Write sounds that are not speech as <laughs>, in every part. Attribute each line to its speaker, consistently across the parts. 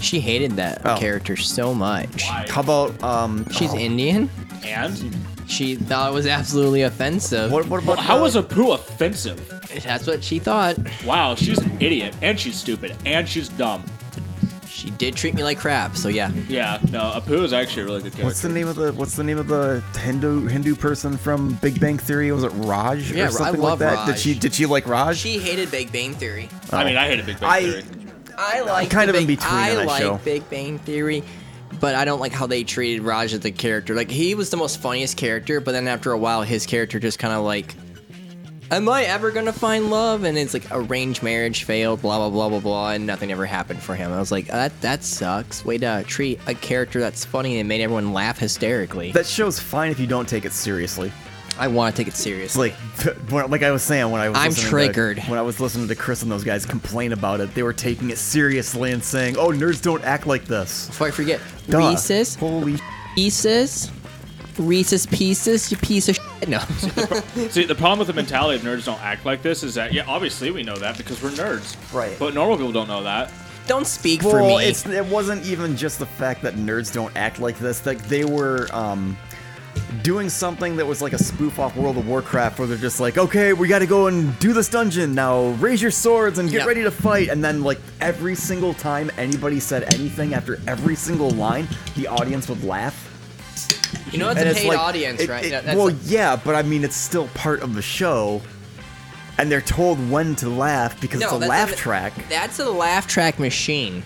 Speaker 1: She hated that
Speaker 2: Oh.
Speaker 1: character so much.
Speaker 2: How about um?
Speaker 1: She's Indian.
Speaker 3: And
Speaker 1: She thought it was absolutely offensive.
Speaker 2: What, what about
Speaker 3: how
Speaker 2: the-
Speaker 3: was Apu offensive?
Speaker 1: That's what she thought.
Speaker 3: Wow, she's an idiot, and she's stupid, and she's dumb.
Speaker 1: She did treat me like crap. So yeah,
Speaker 3: Yeah, no, Apu is actually a really good character.
Speaker 2: What's the name of the What's the name of the Hindu Hindu person from Big Bang Theory? Was it Raj
Speaker 1: Yeah, I
Speaker 2: or something
Speaker 1: love
Speaker 2: like that? Did
Speaker 1: Raj.
Speaker 2: she Did she like Raj?
Speaker 1: she hated Big Bang Theory.
Speaker 3: I mean, I hate a Big Bang
Speaker 2: I-
Speaker 3: Theory.
Speaker 2: <laughs>
Speaker 1: I like
Speaker 2: kind
Speaker 1: the
Speaker 2: of in
Speaker 1: Big-
Speaker 2: between
Speaker 1: I
Speaker 2: on that
Speaker 1: like
Speaker 2: show.
Speaker 1: Big Bang Theory, but I don't like how they treated Raj as the character. Like he was the most funniest character, but then after a while, his character just kind of like, "Am I ever gonna find love?" And it's like arranged marriage failed, blah blah blah blah blah, and nothing ever happened for him. I was like, that that sucks. Way to treat a character that's funny and made everyone laugh hysterically.
Speaker 2: that show's fine if you don't take it seriously.
Speaker 1: I want to take it
Speaker 2: It's
Speaker 1: serious.
Speaker 2: like, <laughs> when, like I was saying when I was
Speaker 1: I'm
Speaker 2: listening
Speaker 1: triggered.
Speaker 2: To, when I was listening to Chris and those guys complain about it, they were taking it seriously and saying, "Oh, nerds don't act like this."
Speaker 1: Before I forget,
Speaker 2: Duh.
Speaker 1: Reese's,
Speaker 2: Holy. sh-
Speaker 1: Reese's, Reese's pieces, you piece of shit. No. <laughs>
Speaker 3: See, the problem with the mentality of nerds don't act like this is that, yeah, obviously we know that because we're nerds.
Speaker 2: Right.
Speaker 3: But normal people don't know that.
Speaker 1: Don't speak for
Speaker 2: Well,
Speaker 1: me.
Speaker 2: it's it wasn't even just the fact that nerds don't act like this. Like they were um, doing something that was like a spoof off World of Warcraft, where they're just like, okay, we got to go and do this dungeon now. Raise your swords and get
Speaker 1: Yeah.
Speaker 2: ready to fight. And then like every single time anybody said anything after every single line, the audience would laugh.
Speaker 1: You know, it's
Speaker 2: and
Speaker 1: a
Speaker 2: it's
Speaker 1: paid
Speaker 2: like,
Speaker 1: audience,
Speaker 2: it-
Speaker 1: right?
Speaker 2: it-
Speaker 1: That- that's
Speaker 2: well,
Speaker 1: like-
Speaker 2: yeah, but I mean, it's still part of the show. And they're told when to laugh because it's a
Speaker 1: that's
Speaker 2: laugh
Speaker 1: not-
Speaker 2: track.
Speaker 1: That's a laugh track machine.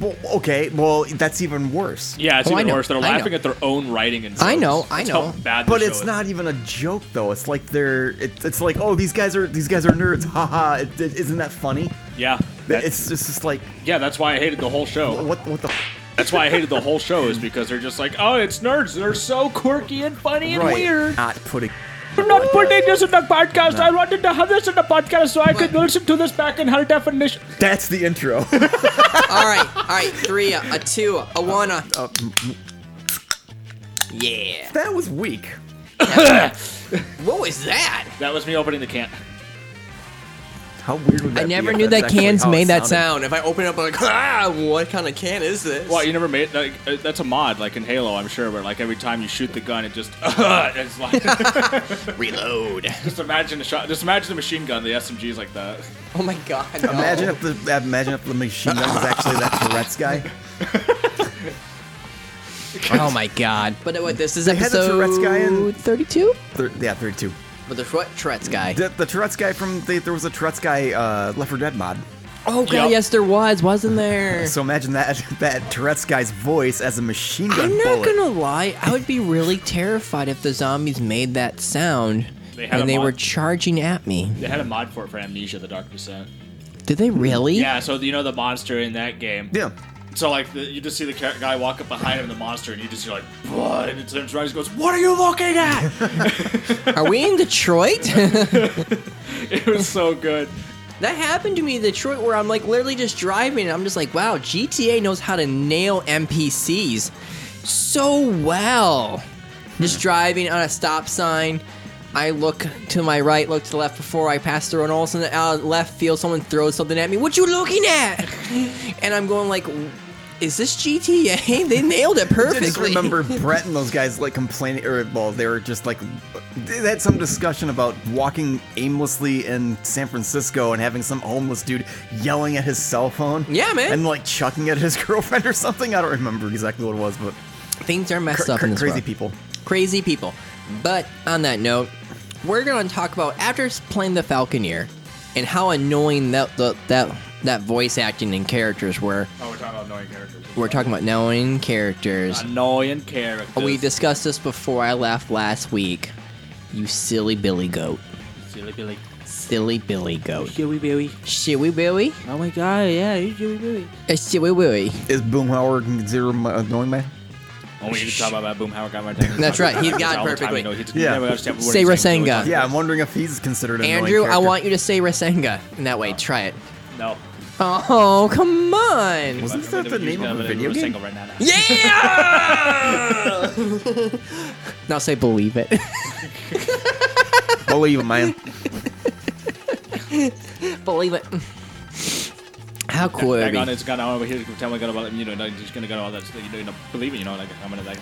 Speaker 2: Well, okay, well, that's even worse.
Speaker 3: Yeah, it's
Speaker 1: Oh, I
Speaker 3: even
Speaker 1: know,
Speaker 3: worse. They're
Speaker 1: I
Speaker 3: laughing
Speaker 1: know.
Speaker 3: at their own writing and
Speaker 1: I know,
Speaker 3: jokes.
Speaker 1: I
Speaker 3: That's
Speaker 1: know.
Speaker 3: How bad the
Speaker 2: But
Speaker 3: show
Speaker 2: it's
Speaker 3: is.
Speaker 2: not even a joke though. It's like they're it, it's like oh these guys are these guys are nerds. <laughs> Haha. It, it, isn't that funny?
Speaker 3: Yeah. that-
Speaker 2: it's, it's just like
Speaker 3: yeah, that's why I hated the whole show.
Speaker 2: what what the f-
Speaker 3: That's why I hated the whole show is because they're just like, oh, it's nerds. They're so quirky and funny and
Speaker 2: right?
Speaker 3: weird.
Speaker 2: Not putting.
Speaker 3: I'm not putting this in the podcast. I wanted to have this in the podcast so I could listen to this back in high definition.
Speaker 2: That's the intro. <laughs>
Speaker 1: all right, all right, three, a, a two, a one, a.
Speaker 2: Uh,
Speaker 1: yeah.
Speaker 2: that was weak.
Speaker 1: What was that?
Speaker 3: That was me opening the can.
Speaker 2: How weird would that
Speaker 1: I
Speaker 2: be
Speaker 1: never
Speaker 2: if
Speaker 1: knew
Speaker 2: that's
Speaker 1: that
Speaker 2: actually
Speaker 1: cans
Speaker 2: how it
Speaker 1: made that
Speaker 2: sounded?
Speaker 1: sound. If I open it up, I'm like, ah, what kind of can is this?
Speaker 3: Well, you never made like uh, that's a mod like in Halo, I'm sure, where like every time you shoot the gun, it just <laughs> it's like
Speaker 1: Reload. <laughs>
Speaker 3: just imagine a shot, just imagine the machine gun, the SMG's like that.
Speaker 1: Oh my god. no.
Speaker 2: Imagine if the imagine if the machine gun was actually that
Speaker 1: <laughs>
Speaker 2: Tourette's guy.
Speaker 1: Oh my god. But what? This is
Speaker 2: They had the Tourette's guy in-
Speaker 1: episode thirty-two.
Speaker 2: Thir- yeah, thirty-two.
Speaker 1: But the Tourette- Tourette's guy.
Speaker 2: The, the Tourette's guy from the, there was a Tourette's guy uh, Left 4 Dead mod.
Speaker 1: Oh god,
Speaker 3: Yep.
Speaker 1: yes, there was, wasn't
Speaker 2: <laughs>
Speaker 1: there?
Speaker 2: So imagine that that Tourette's guy's voice as a machine gun
Speaker 1: I'm not
Speaker 2: bullet.
Speaker 1: gonna lie, I would be really terrified if the zombies made that sound
Speaker 3: They had a
Speaker 1: and they
Speaker 3: mod-
Speaker 1: were charging at me.
Speaker 3: They had a mod for it for Amnesia: The Dark Descent.
Speaker 1: Did they really?
Speaker 3: Yeah, so you know the monster in that game.
Speaker 2: Yeah.
Speaker 3: So like the, you just see the ca- guy walk up behind him, the monster, and you just hear like, "Blood," and it turns around, and goes, "What are you looking at?" <laughs>
Speaker 1: Are we in Detroit? <laughs> that
Speaker 3: it was so good.
Speaker 1: happened to me in Detroit where I'm like literally just driving and I'm just like, wow, GTA knows how to nail NPCs so well.
Speaker 2: Hmm.
Speaker 1: Just driving on a stop sign. I look to my right, look to the left before I pass through, and all of a sudden out of left field, someone throws something at me. What you looking
Speaker 2: <laughs>
Speaker 1: at? And I'm going like, is this GTA? <laughs> They nailed it
Speaker 2: I
Speaker 1: perfectly.
Speaker 2: just remember
Speaker 1: <laughs>
Speaker 2: Brett and those guys like complaining, or well, they were just like they had some discussion about walking aimlessly in San Francisco and having some homeless dude yelling at his cell phone.
Speaker 1: Yeah, man.
Speaker 2: and like chucking at his <laughs> girlfriend or something. I don't remember exactly what it was, but
Speaker 1: Things are messed
Speaker 2: cr-
Speaker 1: up
Speaker 2: cr-
Speaker 1: in this
Speaker 2: crazy
Speaker 1: world.
Speaker 2: people.
Speaker 1: crazy people. But on that note, we're going to talk about after playing the Falconeer and how annoying that the, that that voice acting and characters were.
Speaker 3: Oh, we're talking about annoying characters.
Speaker 1: We're talking about knowing characters.
Speaker 3: annoying characters.
Speaker 1: We discussed this before I left last week. You silly Billy Goat.
Speaker 3: Silly Billy.
Speaker 1: Silly Billy Goat.
Speaker 3: Silly Billy.
Speaker 1: Shilly Billy?
Speaker 3: Oh my god, yeah, you Silly Billy.
Speaker 1: Uh, Shilly Billy.
Speaker 2: Is Boomhauer considered my- annoying man?
Speaker 3: Only you can talk about Boomhauer got my attention.
Speaker 1: That's right, he's
Speaker 3: All
Speaker 1: got it
Speaker 3: the time,
Speaker 1: perfectly.
Speaker 3: you know, he just
Speaker 2: Yeah.
Speaker 3: never understand what
Speaker 1: Say
Speaker 3: he's saying,
Speaker 1: Rasengan.
Speaker 3: so he's like,
Speaker 2: Yeah, I'm wondering if he's considered an annoying.
Speaker 1: Andrew, I
Speaker 2: character.
Speaker 1: want you to say Rasenga in that way. Try it.
Speaker 3: No.
Speaker 1: Oh, come on.
Speaker 2: Wasn't that the name of a video game?
Speaker 3: Single right now.
Speaker 1: Yeah! <laughs> now say believe it. <laughs>
Speaker 2: Believe it, man.
Speaker 1: Believe it. How cool would that
Speaker 3: Hang
Speaker 1: be?
Speaker 3: on, it's got over here. Tell me about you know, like, just gonna go all that. You know, you know, believe it. You know, like I'm gonna
Speaker 1: <laughs>
Speaker 3: like.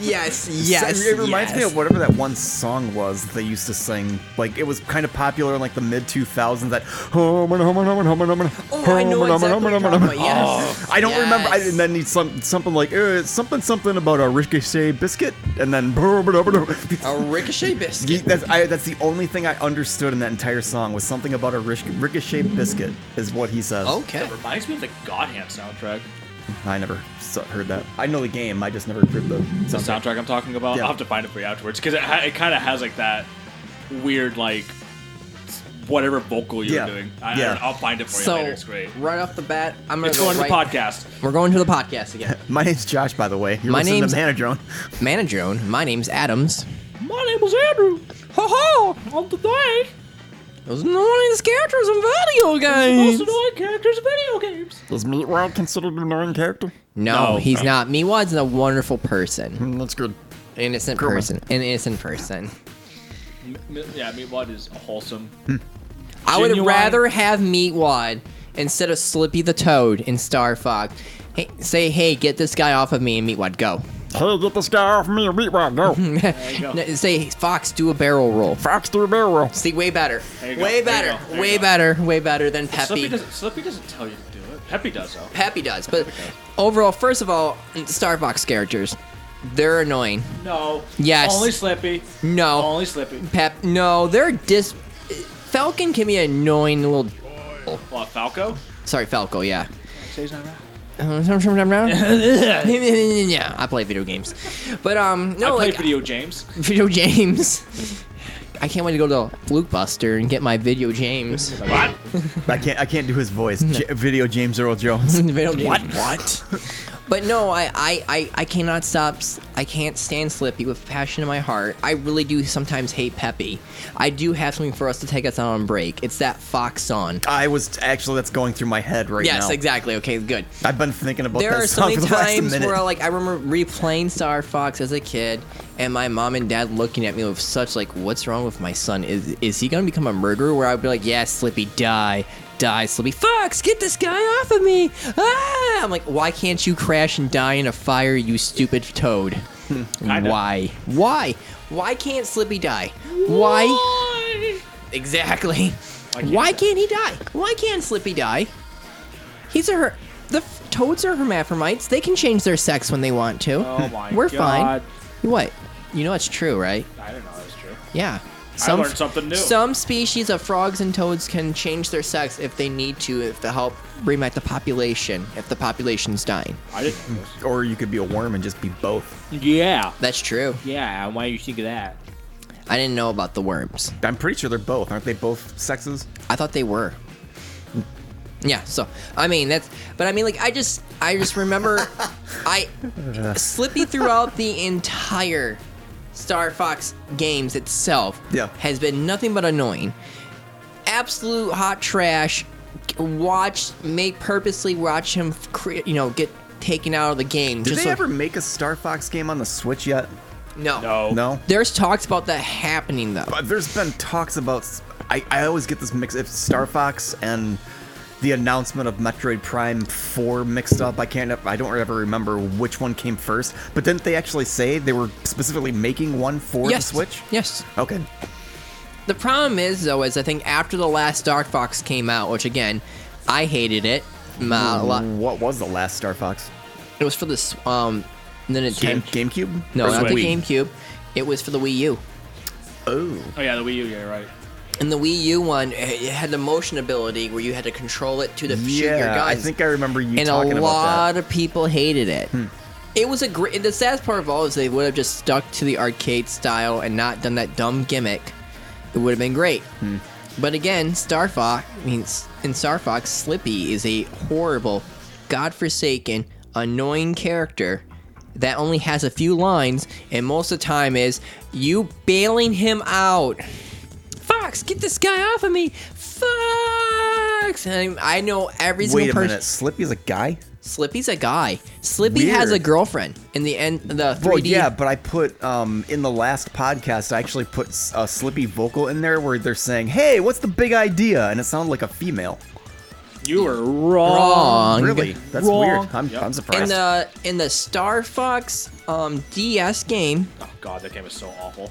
Speaker 1: Yes, yes.
Speaker 2: it reminds me
Speaker 1: yes.
Speaker 2: of whatever that one song was that they used to sing. Like it was kind of popular in like the mid 2000s. That
Speaker 1: Oh, I know exactly what you're talking about. Yes.
Speaker 2: <laughs> I don't remember. I,
Speaker 1: Yes.
Speaker 2: and then it's some, something like uh, something something about a ricochet biscuit, and then <laughs> that's,
Speaker 1: a ricochet biscuit.
Speaker 2: I, that's the only thing I understood in that entire song was something about a ric- ricochet biscuit is what he says.
Speaker 1: Okay.
Speaker 3: It reminds me of the Godhand soundtrack.
Speaker 2: I never s- heard that. I know the game. I just never heard the
Speaker 3: The
Speaker 2: soundtrack.
Speaker 3: soundtrack I'm talking about.
Speaker 2: Yeah.
Speaker 3: I'll have to find it for you afterwards because it, ha- it kind of has like that weird like whatever vocal you're
Speaker 2: Yeah.
Speaker 3: doing. I,
Speaker 2: Yeah.
Speaker 3: yeah. I, will find it for you
Speaker 1: So
Speaker 3: later. It's great.
Speaker 1: right off the bat, I'm gonna
Speaker 3: It's
Speaker 1: go
Speaker 3: going to the
Speaker 1: right.
Speaker 3: podcast.
Speaker 1: We're going to the podcast again.
Speaker 2: My name's Josh, by the way. You're
Speaker 1: My
Speaker 2: listening
Speaker 1: name's-
Speaker 2: to Manadrone.
Speaker 1: Manager, own. my name's Adams.
Speaker 3: My name is Andrew. Ho ho! On today,
Speaker 1: Those are one of these characters in video games.
Speaker 3: annoying characters video games.
Speaker 2: Is Meatwad considered an annoying character?
Speaker 1: No,
Speaker 3: No.
Speaker 1: he's not. Miwad's a wonderful person,
Speaker 2: Mm, That's good.
Speaker 1: an innocent
Speaker 2: Grandma.
Speaker 1: person, an innocent person.
Speaker 3: yeah, Meatwad is wholesome.
Speaker 1: Mm. I would
Speaker 3: Genuine-
Speaker 1: rather have Meatwad instead of Slippy the Toad in Star Fox. Hey, say, hey, get this guy off of me, and Meatwad, go.
Speaker 2: Hey, get this guy off me, Meatwad,
Speaker 1: <laughs>
Speaker 2: go.
Speaker 3: you go.
Speaker 1: No, say, hey, Fox, do a barrel roll.
Speaker 2: Fox through barrel.
Speaker 1: See, way better,
Speaker 3: There you go, there
Speaker 1: way
Speaker 3: you
Speaker 1: better,
Speaker 3: go, there you
Speaker 1: way
Speaker 3: go.
Speaker 1: better, way better than
Speaker 3: Slippy
Speaker 1: Peppy.
Speaker 3: doesn't, Slippy doesn't tell you to do it. Peppy does though.
Speaker 1: Peppy does, but overall, first of all, Star Fox characters, they're annoying.
Speaker 3: No.
Speaker 1: Yes.
Speaker 3: Only Slippy.
Speaker 1: No.
Speaker 3: Only Slippy.
Speaker 1: Pep, no, they're dis. Falcon can be an annoying little.
Speaker 3: Well, Falco.
Speaker 1: Sorry, Falco. Yeah.
Speaker 3: Say his name right.
Speaker 1: <laughs> yeah, I play video games, but um,
Speaker 3: I
Speaker 1: no,
Speaker 3: play
Speaker 1: like
Speaker 3: video James.
Speaker 1: <laughs> video games. I can't wait to go to Fluke Buster and get my <laughs> video games.
Speaker 3: What?
Speaker 2: I can't. I can't do his
Speaker 1: <laughs>
Speaker 2: voice. J- video James Earl Jones.
Speaker 1: Video games.
Speaker 2: What?
Speaker 1: But no, I, I, I, I cannot stop. s- I can't stand Slippy with passion in my heart. I really do sometimes hate Peppy. I do have something for us to take us out on break. It's that Fox song.
Speaker 2: I was actually. That's going through my head right now.
Speaker 1: Yes, exactly. Okay, good.
Speaker 2: I've been thinking about
Speaker 1: there
Speaker 2: that
Speaker 1: are so
Speaker 2: song
Speaker 1: many
Speaker 2: for the last
Speaker 1: times
Speaker 2: minute.
Speaker 1: where like I remember replaying Star Fox as a kid, and my mom and dad looking at me with such like, "What's wrong with my son? Is is he gonna become a murderer?" Where I'd be like, "Yeah, Slippy, die, die, Slippy, Fox, get this guy off of me!" Ah! I'm like, "Why can't you crash and die in a fire, you stupid toad?
Speaker 3: Kinda.
Speaker 1: Why? Why? Why can't Slippy die? Why? Exactly. Why can't,
Speaker 3: can't he die?
Speaker 1: he die? Why can't Slippy die? He's a her. The f- toads are hermaphrodites. They can change their sex when they want to.
Speaker 3: Oh my
Speaker 1: We're
Speaker 3: God.
Speaker 1: fine. What? You know it's true, right?
Speaker 3: I didn't know that was true.
Speaker 1: Yeah.
Speaker 3: learned something new.
Speaker 1: Some species of frogs and toads can change their sex if they need to, if to help bring back the population, if the population's dying.
Speaker 3: I didn't. Know this.
Speaker 2: or you could be a worm and just be both.
Speaker 3: Yeah.
Speaker 1: That's true.
Speaker 3: Yeah. Why you think of that?
Speaker 1: I didn't know about the worms.
Speaker 2: I'm pretty sure they're both. Aren't they both sexes?
Speaker 1: I thought they were. Yeah, so I mean that's but I mean like I just I
Speaker 2: <laughs>
Speaker 1: just remember I Slippy throughout the entire Star Fox games itself
Speaker 2: Yeah.
Speaker 1: has been nothing but annoying. Absolute hot trash. Watch make purposely watch him cre- you know get taken out of the game.
Speaker 2: Did
Speaker 1: just
Speaker 2: they
Speaker 1: so-
Speaker 2: ever make a Star Fox game on the Switch yet?
Speaker 1: No.
Speaker 3: No.
Speaker 2: No.
Speaker 1: There's talks about that happening though.
Speaker 2: But there's been talks about. I, I always get this mix. If Star Fox and the announcement of Metroid Prime 4 mixed up, I can't. I don't ever remember which one came first. But didn't they actually say they were specifically making one for
Speaker 1: yes.
Speaker 2: the Switch?
Speaker 1: Yes.
Speaker 2: Okay.
Speaker 1: The problem is, though, is I think after the last Dark Fox came out, which again, I hated it. Um,
Speaker 2: Hmm.
Speaker 1: uh, a lot.
Speaker 2: What was the last Star Fox?
Speaker 1: It was for this um, the
Speaker 2: Game,
Speaker 1: Nintendo.
Speaker 2: GameCube?
Speaker 1: no,
Speaker 2: Or
Speaker 1: not the
Speaker 2: Wii?
Speaker 1: GameCube. It was for the Wii U.
Speaker 2: Oh.
Speaker 3: Oh yeah, the Wii U. Yeah, you're right.
Speaker 1: And the Wii U one, it it had the motion ability where you had to control it to the shoot your
Speaker 2: Yeah,
Speaker 1: guns.
Speaker 2: I think I remember you
Speaker 1: and
Speaker 2: talking
Speaker 1: a
Speaker 2: about
Speaker 1: lot
Speaker 2: that. Hmm.
Speaker 1: of people hated it. It was a great. The saddest part of all is they would have just stuck to the arcade style and not done that dumb gimmick. It would have been great.
Speaker 2: Hmm.
Speaker 1: But again, Star Fox means in Star Fox, Slippy is a horrible, godforsaken, annoying character that only has a few lines, and most of the time is you bailing him out. Fox, get this guy off of me, Fox! And I know every single
Speaker 2: Wait a
Speaker 1: person.
Speaker 2: minute, Slippy's a guy?
Speaker 1: Slippy's a guy. Slippy
Speaker 2: Weird.
Speaker 1: has a girlfriend in the end. The 3D.
Speaker 2: Well, yeah, but I put um, in the last podcast, I actually put s- a slippy vocal in there where they're saying, "Hey, what's the big idea?" and it sounded like a female.
Speaker 3: You were wrong.
Speaker 1: wrong.
Speaker 2: Really, that's
Speaker 3: Wrong.
Speaker 2: weird. I'm,
Speaker 3: Yep.
Speaker 2: I'm
Speaker 1: In
Speaker 2: surprised.
Speaker 1: the in the Star Fox um, DS game,
Speaker 3: Oh god, that game is so awful.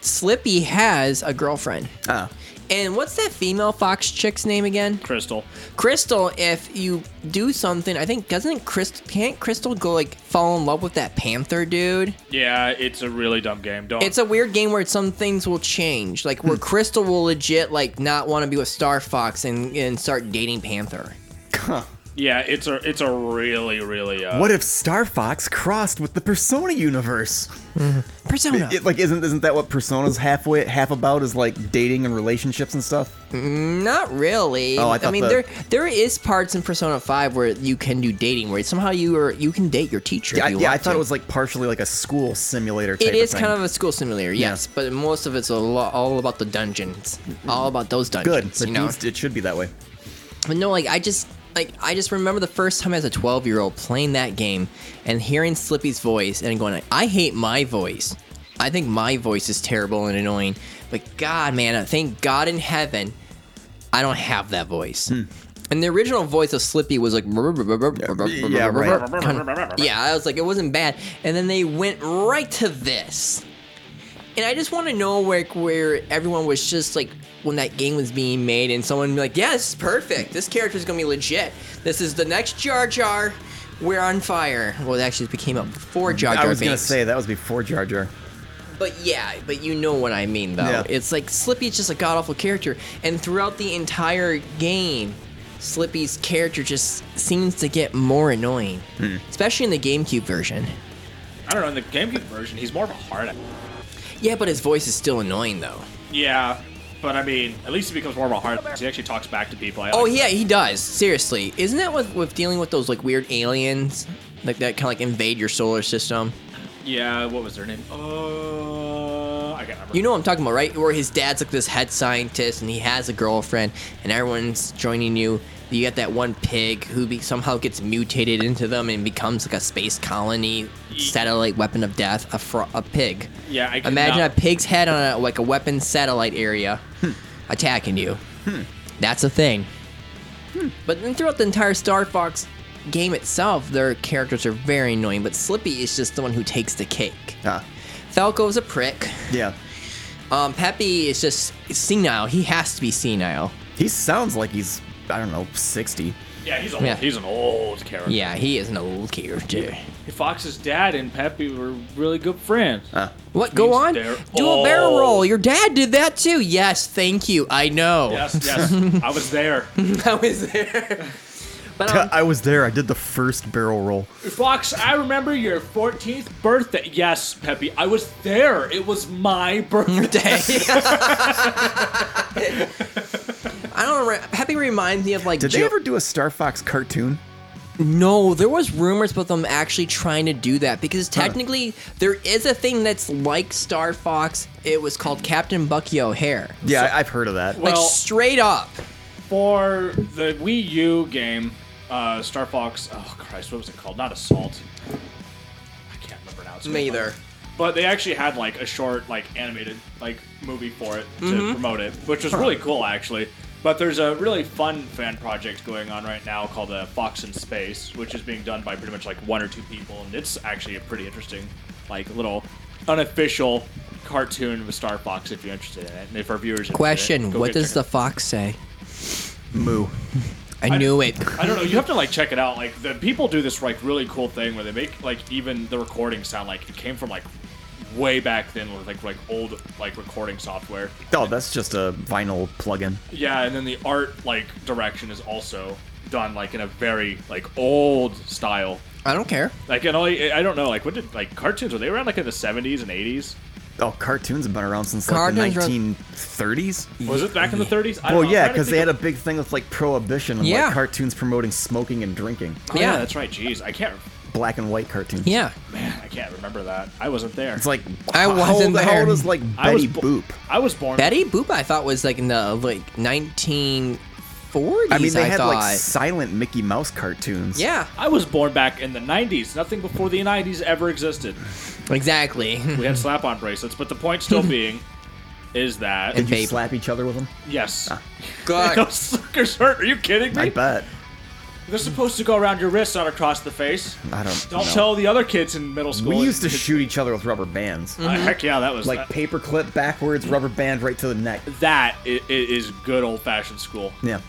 Speaker 1: Slippy has a girlfriend.
Speaker 2: Ah.
Speaker 1: And what's that female fox chick's name again?
Speaker 3: Crystal.
Speaker 1: Crystal. If you do something, I think doesn't Crystal can't Crystal go like fall in love with that panther dude?
Speaker 3: Yeah, it's a really dumb game. Don't.
Speaker 1: It's a weird game where some things will change, like
Speaker 2: Hmm.
Speaker 1: where Crystal will legit like not want to be with Star Fox and and start dating Panther.
Speaker 3: yeah, it's a it's a really really. Uh,
Speaker 2: What if Star Fox crossed with the Persona universe?
Speaker 1: Persona.
Speaker 2: It, like, isn't isn't that what Persona's halfway half about is like dating and relationships and stuff?
Speaker 1: Not really.
Speaker 2: Oh, I thought
Speaker 1: mean,
Speaker 2: the-
Speaker 1: there there is parts in Persona Five where you can do dating, where somehow you are you can date your teacher.
Speaker 2: Yeah,
Speaker 1: if you
Speaker 2: yeah. I
Speaker 1: want
Speaker 2: thought
Speaker 1: to.
Speaker 2: it was like partially like a school simulator. Type
Speaker 1: It
Speaker 2: of
Speaker 1: is
Speaker 2: thing.
Speaker 1: kind of a school simulator, yes, but most of it's a lot, all about the dungeons, all about those
Speaker 2: good.
Speaker 1: dungeons.
Speaker 2: It
Speaker 1: you know,
Speaker 2: needs- it should be that way.
Speaker 1: But no, like I just like I just remember the first time as a 12 year old playing that game and hearing Slippy's voice and going, like, I hate my voice. I think my voice is terrible and annoying. But God, man, I thank God in heaven, I don't have that voice. And the original voice of Slippy was like,
Speaker 2: Hmm. yeah, right.
Speaker 1: yeah, I was like, it wasn't bad. And then they went right to this. And I just want to know where where everyone was just like when that game was being made and someone be like, yeah, this is perfect. This character's gonna be legit. This is the next Jar Jar. We're on fire. Well, it actually became up before Jar Jar.
Speaker 2: Mm-hmm. I was gonna
Speaker 1: Binks.
Speaker 2: say that was before Jar Jar.
Speaker 1: But yeah, but you know what I mean, though.
Speaker 2: Yeah.
Speaker 1: It's like Slippy's just a god awful character, and throughout the entire game, Slippy's character just seems to get more annoying,
Speaker 2: Hmm.
Speaker 1: especially in the GameCube version.
Speaker 3: I don't know. In the GameCube version, he's more of a hard.
Speaker 1: Yeah, but his voice is still annoying, though.
Speaker 3: Yeah, but I mean, at least he becomes more of a hard. He actually talks back to people. I
Speaker 1: Oh
Speaker 3: like
Speaker 1: yeah, he does. Seriously, isn't that with with dealing with those like weird aliens, like that kind of like invade your solar system?
Speaker 3: Yeah, what was their name? Uh, I can't remember.
Speaker 1: You know what I'm talking about, right? Where his dad's like this head scientist and he has a girlfriend and everyone's joining you. You got that one pig who be, somehow gets mutated into them and becomes like a space colony satellite weapon of death, a, fro- a pig.
Speaker 3: Yeah, I
Speaker 1: Imagine
Speaker 3: cannot-
Speaker 1: a pig's head on a, like a weapon satellite area
Speaker 3: Hmm.
Speaker 1: attacking you. That's a thing.
Speaker 3: Hmm.
Speaker 1: But then throughout the entire Star Fox game itself, their characters are very annoying, but Slippy is just the one who takes the cake.
Speaker 2: Huh.
Speaker 1: Falco is a prick.
Speaker 2: Ah. Yeah.
Speaker 1: Um, Peppy is just senile. He has to be senile.
Speaker 2: He sounds like he's I don't know sixty.
Speaker 3: yeah, he's old.
Speaker 1: Yeah.
Speaker 3: He's an old character.
Speaker 1: Yeah, he is an old character.
Speaker 3: Fox's dad and Peppy were really good friends.
Speaker 2: Huh.
Speaker 1: What? Go
Speaker 3: Means
Speaker 1: on.
Speaker 3: they're
Speaker 1: Do a barrel
Speaker 3: old.
Speaker 1: roll. Your dad did that too. Yes, thank you. I know.
Speaker 3: Yes, yes, I was there.
Speaker 1: <laughs> I was
Speaker 3: <laughs>
Speaker 1: there. But um,
Speaker 2: <laughs> I was there. I did the first barrel roll.
Speaker 3: Fox, I remember your 14th birthday. Yes, Peppy, I was there. It was my <laughs> birthday.
Speaker 1: day. <laughs> I don't. Re- Peppy reminds me of like.
Speaker 2: Did they
Speaker 1: Jo-
Speaker 2: ever do a Star Fox cartoon?
Speaker 1: No, there was rumors about them actually trying to do that because technically there is a thing that's like Star Fox. It was called Captain Bucky O'Hare.
Speaker 2: Yeah, I- I've heard of that.
Speaker 3: Well-
Speaker 1: like straight up.
Speaker 3: For the Wii U game, uh, Star Fox. Oh Christ, what was it called? Not Assault. I can't remember now. It's been a
Speaker 1: Me
Speaker 3: while.
Speaker 1: either.
Speaker 3: But they actually had like a short, like animated, like movie for it to
Speaker 1: Mm-hmm.
Speaker 3: promote it, which was really cool actually. But there's a really fun fan project going on right now called uh, Fox in Space, which is being done by pretty much like one or two people, and it's actually a pretty interesting, like little unofficial cartoon with Star Fox if you're interested in it. And if our viewers are interested in it,
Speaker 1: Question:
Speaker 3: go
Speaker 1: What
Speaker 3: get- check
Speaker 1: does
Speaker 3: it
Speaker 1: the fox say?
Speaker 2: Moo.
Speaker 1: I, knew it.
Speaker 3: I don't know. You have to like check it out. Like the people do this like really cool thing where they make like even the recording sound like it came from like way back then with like like old like recording software.
Speaker 2: Oh, that's just a vinyl plugin.
Speaker 3: Yeah, and then the art like direction is also done like in a very like old style.
Speaker 1: I don't care.
Speaker 3: Like and all I don't know like what did like cartoons were they around like in the seventies and eighties?
Speaker 2: Oh, cartoons have been around since like
Speaker 1: Cartoons
Speaker 2: the
Speaker 1: are-
Speaker 2: 1930s.
Speaker 3: Was it back in the thirties?
Speaker 2: Well, yeah, because they had a big thing with like prohibition and
Speaker 1: Yeah.
Speaker 2: like cartoons promoting smoking and drinking.
Speaker 3: oh, yeah.
Speaker 1: Yeah.
Speaker 3: that's right. Jeez, I can't
Speaker 2: Black and white cartoons.
Speaker 1: Yeah.
Speaker 3: man, I can't remember that. I wasn't there.
Speaker 2: It's like
Speaker 1: I
Speaker 2: how- how
Speaker 1: wasn't
Speaker 2: old- How
Speaker 1: there.
Speaker 2: old is like
Speaker 3: I was
Speaker 2: Betty
Speaker 3: bo-
Speaker 2: Boop?
Speaker 3: I was born.
Speaker 1: Betty Boop, I thought was like in the like 1950s 40s.
Speaker 2: I mean, they had
Speaker 1: thought.
Speaker 2: like silent Mickey Mouse cartoons.
Speaker 1: yeah,
Speaker 3: I was born back in the 90s. Nothing before the 90s ever existed.
Speaker 1: exactly. <laughs>
Speaker 3: We had slap on bracelets, but the point
Speaker 2: <laughs>
Speaker 3: still being is that.
Speaker 1: And-
Speaker 2: Did you
Speaker 1: Vape.
Speaker 2: slap each other with them?
Speaker 3: yes.
Speaker 1: God,
Speaker 3: <laughs> Those suckers hurt. Are you kidding
Speaker 2: Ah. I
Speaker 3: me?
Speaker 2: bet.
Speaker 3: They're supposed to go around your wrist, not across the face.
Speaker 2: I don't.
Speaker 3: Don't
Speaker 2: know.
Speaker 3: tell the other kids in middle school.
Speaker 2: We used to shoot each other with rubber bands,
Speaker 3: <laughs> Heck yeah, that was
Speaker 2: like
Speaker 3: like
Speaker 2: paperclip backwards, rubber band right to the neck.
Speaker 3: that i- i- is good old fashioned school.
Speaker 2: Yeah.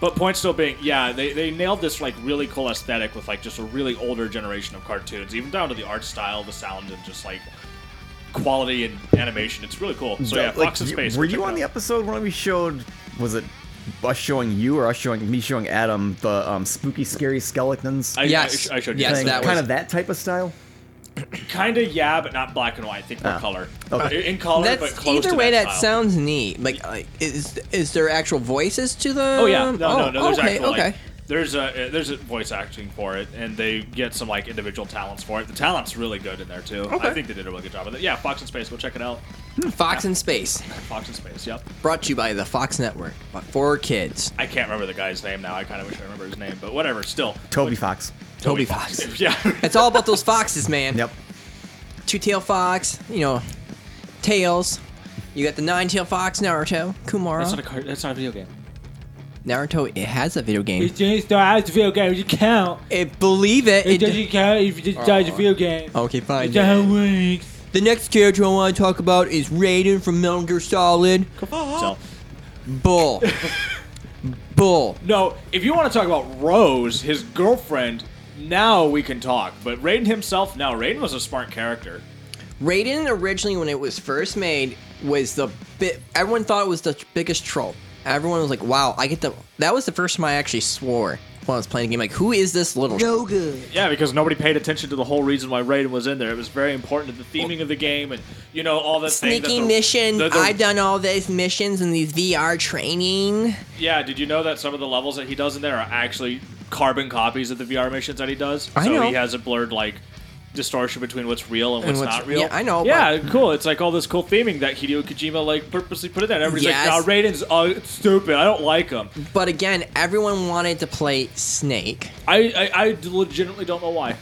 Speaker 3: But point still being, yeah, they, they nailed this like really cool aesthetic with like just a really older generation of cartoons, even down to the art style, the sound, and just like quality and animation. It's really cool. So yeah,
Speaker 2: Like,
Speaker 3: Fox in
Speaker 2: you-
Speaker 3: Space.
Speaker 2: Were
Speaker 3: go
Speaker 2: you
Speaker 3: check
Speaker 2: on
Speaker 3: it
Speaker 2: the
Speaker 3: out.
Speaker 2: episode when we showed? Was it us showing you or us showing me showing Adam the um, spooky, scary skeletons?
Speaker 3: I,
Speaker 1: Yes.
Speaker 3: I, I showed you.
Speaker 1: Yes,
Speaker 2: thing?
Speaker 1: that
Speaker 2: kind
Speaker 1: was-
Speaker 2: of that type of style.
Speaker 3: Kind of yeah, but not black and white. I think more
Speaker 2: Ah.
Speaker 3: color.
Speaker 2: Okay.
Speaker 3: In color, but
Speaker 1: that's
Speaker 3: close
Speaker 1: either
Speaker 3: to
Speaker 1: way.
Speaker 3: that,
Speaker 1: That
Speaker 3: style.
Speaker 1: sounds neat. Like, like, is is there actual voices to the?
Speaker 3: Oh yeah, no,
Speaker 1: oh,
Speaker 3: no, no. There's
Speaker 1: okay,
Speaker 3: actual, like,
Speaker 1: okay.
Speaker 3: there's a uh, there's a voice acting for it, and they get some like individual talents for it. The talent's really good in there too. I
Speaker 1: Okay.
Speaker 3: think they did a really good job with it. Yeah, Fox in Space. Go check it out.
Speaker 1: Fox in Space,
Speaker 3: Fox in Space. Yep.
Speaker 1: brought to you by the Fox Network for kids.
Speaker 3: I can't remember the guy's name now. I kind of wish I remember his name, but whatever. Still,
Speaker 2: Toby Fox.
Speaker 1: Toby Fox.
Speaker 3: <laughs> yeah.
Speaker 1: It's all about those foxes, man.
Speaker 2: Yep.
Speaker 1: Two tail fox, you know, tails. You got the nine tail fox, Naruto, Kumara.
Speaker 3: That's not a card. That's not a video game.
Speaker 1: Naruto, it has a video game.
Speaker 3: just not a video game. You count.
Speaker 1: It, believe it. it
Speaker 3: count if you just
Speaker 1: die, it's a video
Speaker 3: game.
Speaker 1: okay, fine.
Speaker 3: works.
Speaker 1: The next character I want to talk about is Raiden from Metal Gear Solid.
Speaker 3: So, <laughs>
Speaker 1: Bull. Bull.
Speaker 3: no, if you want to talk about Rose, his girlfriend, now we can talk. But Raiden himself, no, Raiden was a smart character.
Speaker 1: Raiden originally, when it was first made, was the bit everyone thought it was the biggest troll. Everyone was like, "Wow, I get the." That was the first time I actually swore when I was playing the game. Like, who is this little? No good.
Speaker 3: Yeah, because nobody paid attention to the whole reason why Raiden was in there. It was very important to the theming of the game and you know all the thing that
Speaker 1: Sneaky
Speaker 3: the-
Speaker 1: mission.
Speaker 3: the- the-
Speaker 1: I've done all these missions and these VR training.
Speaker 3: Yeah, did you know that some of the levels that he does in there are actually carbon copies of the VR missions that he does?
Speaker 1: I
Speaker 3: so
Speaker 1: know.
Speaker 3: he has a blurred like distortion between what's real and what's,
Speaker 1: And what's-
Speaker 3: not real.
Speaker 1: yeah, I know,
Speaker 3: Yeah, cool. It's like all this cool theming that Hideo Kojima like purposely put in there. And everybody's
Speaker 1: Yes.
Speaker 3: like, "Nah, Raiden's uh, stupid. I don't like him."
Speaker 1: But again, everyone wanted to play Snake.
Speaker 3: I, I I legitimately don't know why.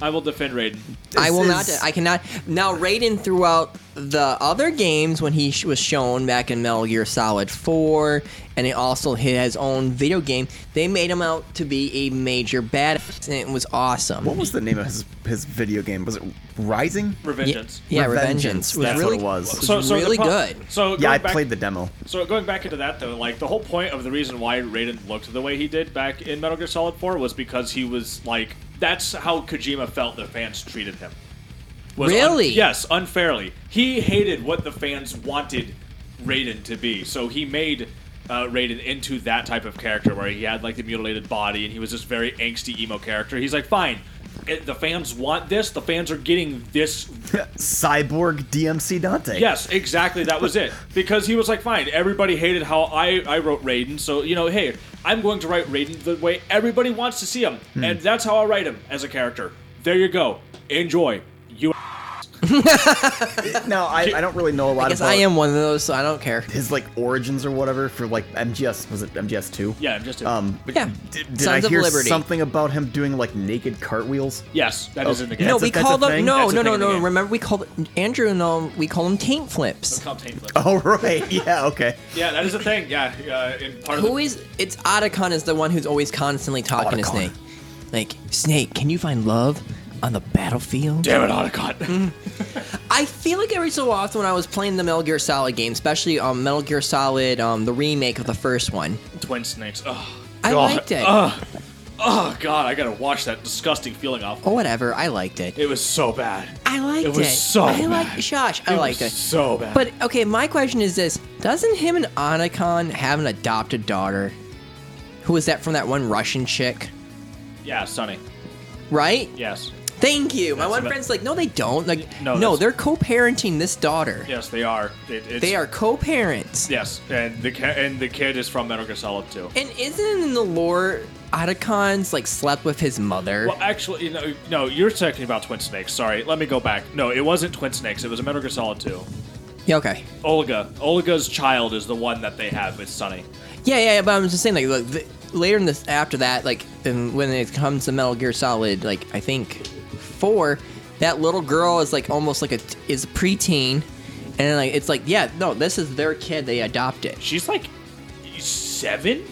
Speaker 3: I will defend Raiden.
Speaker 1: I will
Speaker 2: This is-
Speaker 1: not. I cannot. Now, Raiden throughout the other games when he sh- was shown back in Metal Gear Solid 4, and he also had his own video game, they made him out to be a major badass, and it was awesome.
Speaker 2: What was the name of his his video game? Was it Rising?
Speaker 1: yeah,
Speaker 3: Revengeance.
Speaker 1: yeah,
Speaker 2: Revengeance, that's
Speaker 1: Revengeance. was
Speaker 2: what
Speaker 1: really,
Speaker 2: it was.
Speaker 1: really
Speaker 3: the pro-
Speaker 1: good.
Speaker 3: So
Speaker 2: Yeah,
Speaker 3: going
Speaker 2: I
Speaker 3: back-
Speaker 2: played the demo. <laughs>
Speaker 3: So going back into that though, like the whole point of the reason why Raiden looked the way he did back in Metal Gear Solid 4 was because he was like that's how Kojima felt the fans treated him. Was un-
Speaker 1: Really?
Speaker 3: yes, unfairly. He hated what the fans wanted Raiden to be, so he made uh, Raiden into that type of character where he had like the mutilated body and he was this very angsty emo character. He's like, fine. It, the fans want this. The fans are getting this
Speaker 2: Cyborg DMC Dante.
Speaker 3: Yes, exactly. That was it. Because he was like, fine, everybody hated how I, I wrote Raiden. So, you know, hey, I'm going to write Raiden the way everybody wants to see him.
Speaker 1: Hmm.
Speaker 3: And that's how I write him as a character. There you go. Enjoy. You.
Speaker 2: Now I, I don't really know a lot
Speaker 1: Because
Speaker 2: about
Speaker 1: I am one of those, so I don't care.
Speaker 2: his like origins or whatever for like MGS. Was it MGS two?
Speaker 3: Yeah, I'm just.
Speaker 2: Um. but
Speaker 1: Yeah.
Speaker 2: Did, did
Speaker 1: Sons
Speaker 2: I
Speaker 1: of
Speaker 2: hear
Speaker 1: Liberty.
Speaker 2: something about him doing like naked cartwheels? <laughs>
Speaker 3: yes, that is in the game.
Speaker 1: no,
Speaker 2: That's a-
Speaker 1: we
Speaker 2: that's a
Speaker 1: called them.
Speaker 2: thing?
Speaker 1: No,
Speaker 3: That's a
Speaker 1: no,
Speaker 3: thing
Speaker 1: no,
Speaker 3: in the
Speaker 1: no.
Speaker 3: game.
Speaker 1: Remember, we called Andrew and um, we called them taint flips.
Speaker 3: Come take flip.
Speaker 2: Oh right. Yeah. Okay.
Speaker 3: Yeah, that is the thing. Yeah, uh, in part of
Speaker 1: Who
Speaker 3: the,
Speaker 1: is? It's Otacon is the one who's always constantly talking to
Speaker 2: Otacon.
Speaker 1: Snake. Like Snake, can you find love on the
Speaker 3: <laughs>
Speaker 1: battlefield?
Speaker 3: Damn it, Otacon.
Speaker 1: Hmm. I feel like every so often when I was playing the Metal Gear Solid game, especially um, Metal Gear Solid, um, the remake of the first one,
Speaker 3: <laughs> Twin snakes. Oh,
Speaker 1: I
Speaker 3: God.
Speaker 1: liked it.
Speaker 3: Ugh. Oh, God, I gotta wash that disgusting feeling off.
Speaker 1: or whatever, I liked it.
Speaker 3: It was so bad.
Speaker 1: I liked it.
Speaker 3: it was so
Speaker 1: I
Speaker 3: bad.
Speaker 1: liked Shosh. I
Speaker 3: it
Speaker 1: liked
Speaker 3: was
Speaker 1: it.
Speaker 3: so bad.
Speaker 1: But okay, my question is this: Doesn't him and Otacon have an adopted daughter? Who was that from that one Russian chick?
Speaker 3: yeah, Sonny.
Speaker 1: Right?
Speaker 3: Yes.
Speaker 1: Thank you. My
Speaker 3: That's
Speaker 1: one
Speaker 3: about-
Speaker 1: friend's like, no, they don't. Like,
Speaker 3: No,
Speaker 1: no,
Speaker 3: that's-
Speaker 1: they're co-parenting this daughter.
Speaker 3: Yes, they are. It, it's,
Speaker 1: They are co-parents.
Speaker 3: Yes, and the ki- and the kid is from Metal Gear Solid 2.
Speaker 1: And isn't in the lore Otacon's like slept with his mother?
Speaker 3: Well, actually, you know, no, you're talking about Twin Snakes. Sorry, let me go back. No, it wasn't Twin Snakes. It was Metal Gear Solid 2.
Speaker 1: yeah, okay.
Speaker 3: Olga, Olga's child is the one that they have with Sonny.
Speaker 1: Yeah, yeah, yeah, but I'm just saying, like, look, the, later in this, after that, like, and when it comes to Metal Gear Solid, like, I think four, that little girl is like almost like a t- is preteen, and like it's like, yeah, no, this is their kid. They adopted.
Speaker 3: She's like seven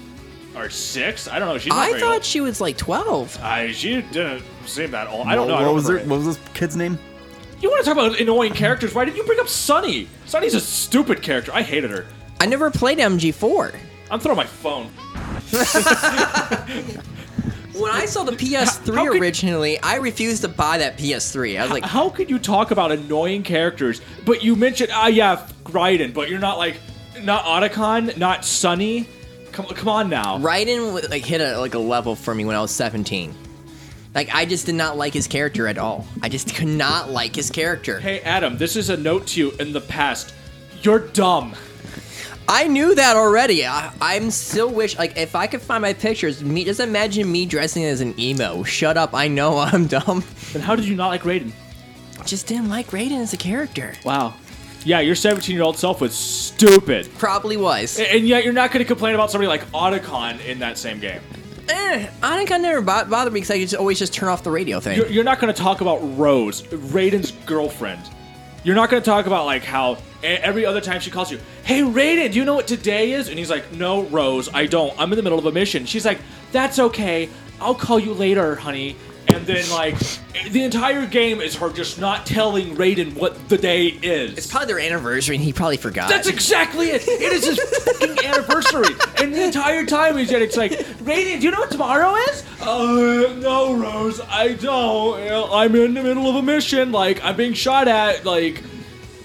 Speaker 3: or six. I don't know. She's not
Speaker 1: I
Speaker 3: very
Speaker 1: thought
Speaker 3: old.
Speaker 1: she was like twelve.
Speaker 3: I she didn't seem that old. I don't know.
Speaker 2: What,
Speaker 3: I don't
Speaker 2: was
Speaker 3: remember
Speaker 2: her-
Speaker 3: it.
Speaker 2: what was this kid's name?
Speaker 3: You want to talk about annoying characters? Why did you bring up Sunny? Sunny's a stupid character. I hated her.
Speaker 1: I never played MG4.
Speaker 3: I'm throwing my phone.
Speaker 1: When I
Speaker 3: <laughs>
Speaker 1: saw the PS3
Speaker 3: How could-
Speaker 1: originally, I refused to buy that PS3.
Speaker 3: <laughs>
Speaker 1: I was like,
Speaker 3: How could you talk about annoying characters, but you mentioned ah yeah f- Raiden, but you're not like not Otacon, not Sunny. Come come on now.
Speaker 1: Raiden w- like hit a like a level for me when I was 17. Like I just did not like his character at all. I just could not like his character.
Speaker 3: Hey Adam, this is a note to you in the past. You're dumb.
Speaker 1: I knew that already. I, I'm still wish like if I could find my pictures, me just imagine me dressing as an emo. Shut up, I know <laughs> I'm dumb.
Speaker 3: Then how did you not like Raiden?
Speaker 1: Just didn't like Raiden as a character.
Speaker 3: Wow. Yeah, your 17 year old self was stupid.
Speaker 1: Probably was.
Speaker 3: A- And yet you're not going to complain about somebody like Otacon in that same game.
Speaker 1: Eh, I think I never bo- bothered me because I just always just turn off the radio thing.
Speaker 3: You're, you're not going to talk about Rose, Raiden's girlfriend. You're not going to talk about like how e- every other time she calls you, "Hey Raiden, do you know what today is?" and he's like, "No, Rose, I don't. I'm in the middle of a mission." She's like, "That's okay. I'll call you later, honey." And then like the entire game is her just not telling Raiden what the day is.
Speaker 1: It's probably their anniversary, and he probably forgot.
Speaker 3: That's exactly it. It is his fucking <laughs> anniversary, and the entire time he's at it's like, Raiden, do you know what tomorrow is? Uh, no, Rose, I don't. You know, I'm in the middle of a mission. Like I'm being shot at. Like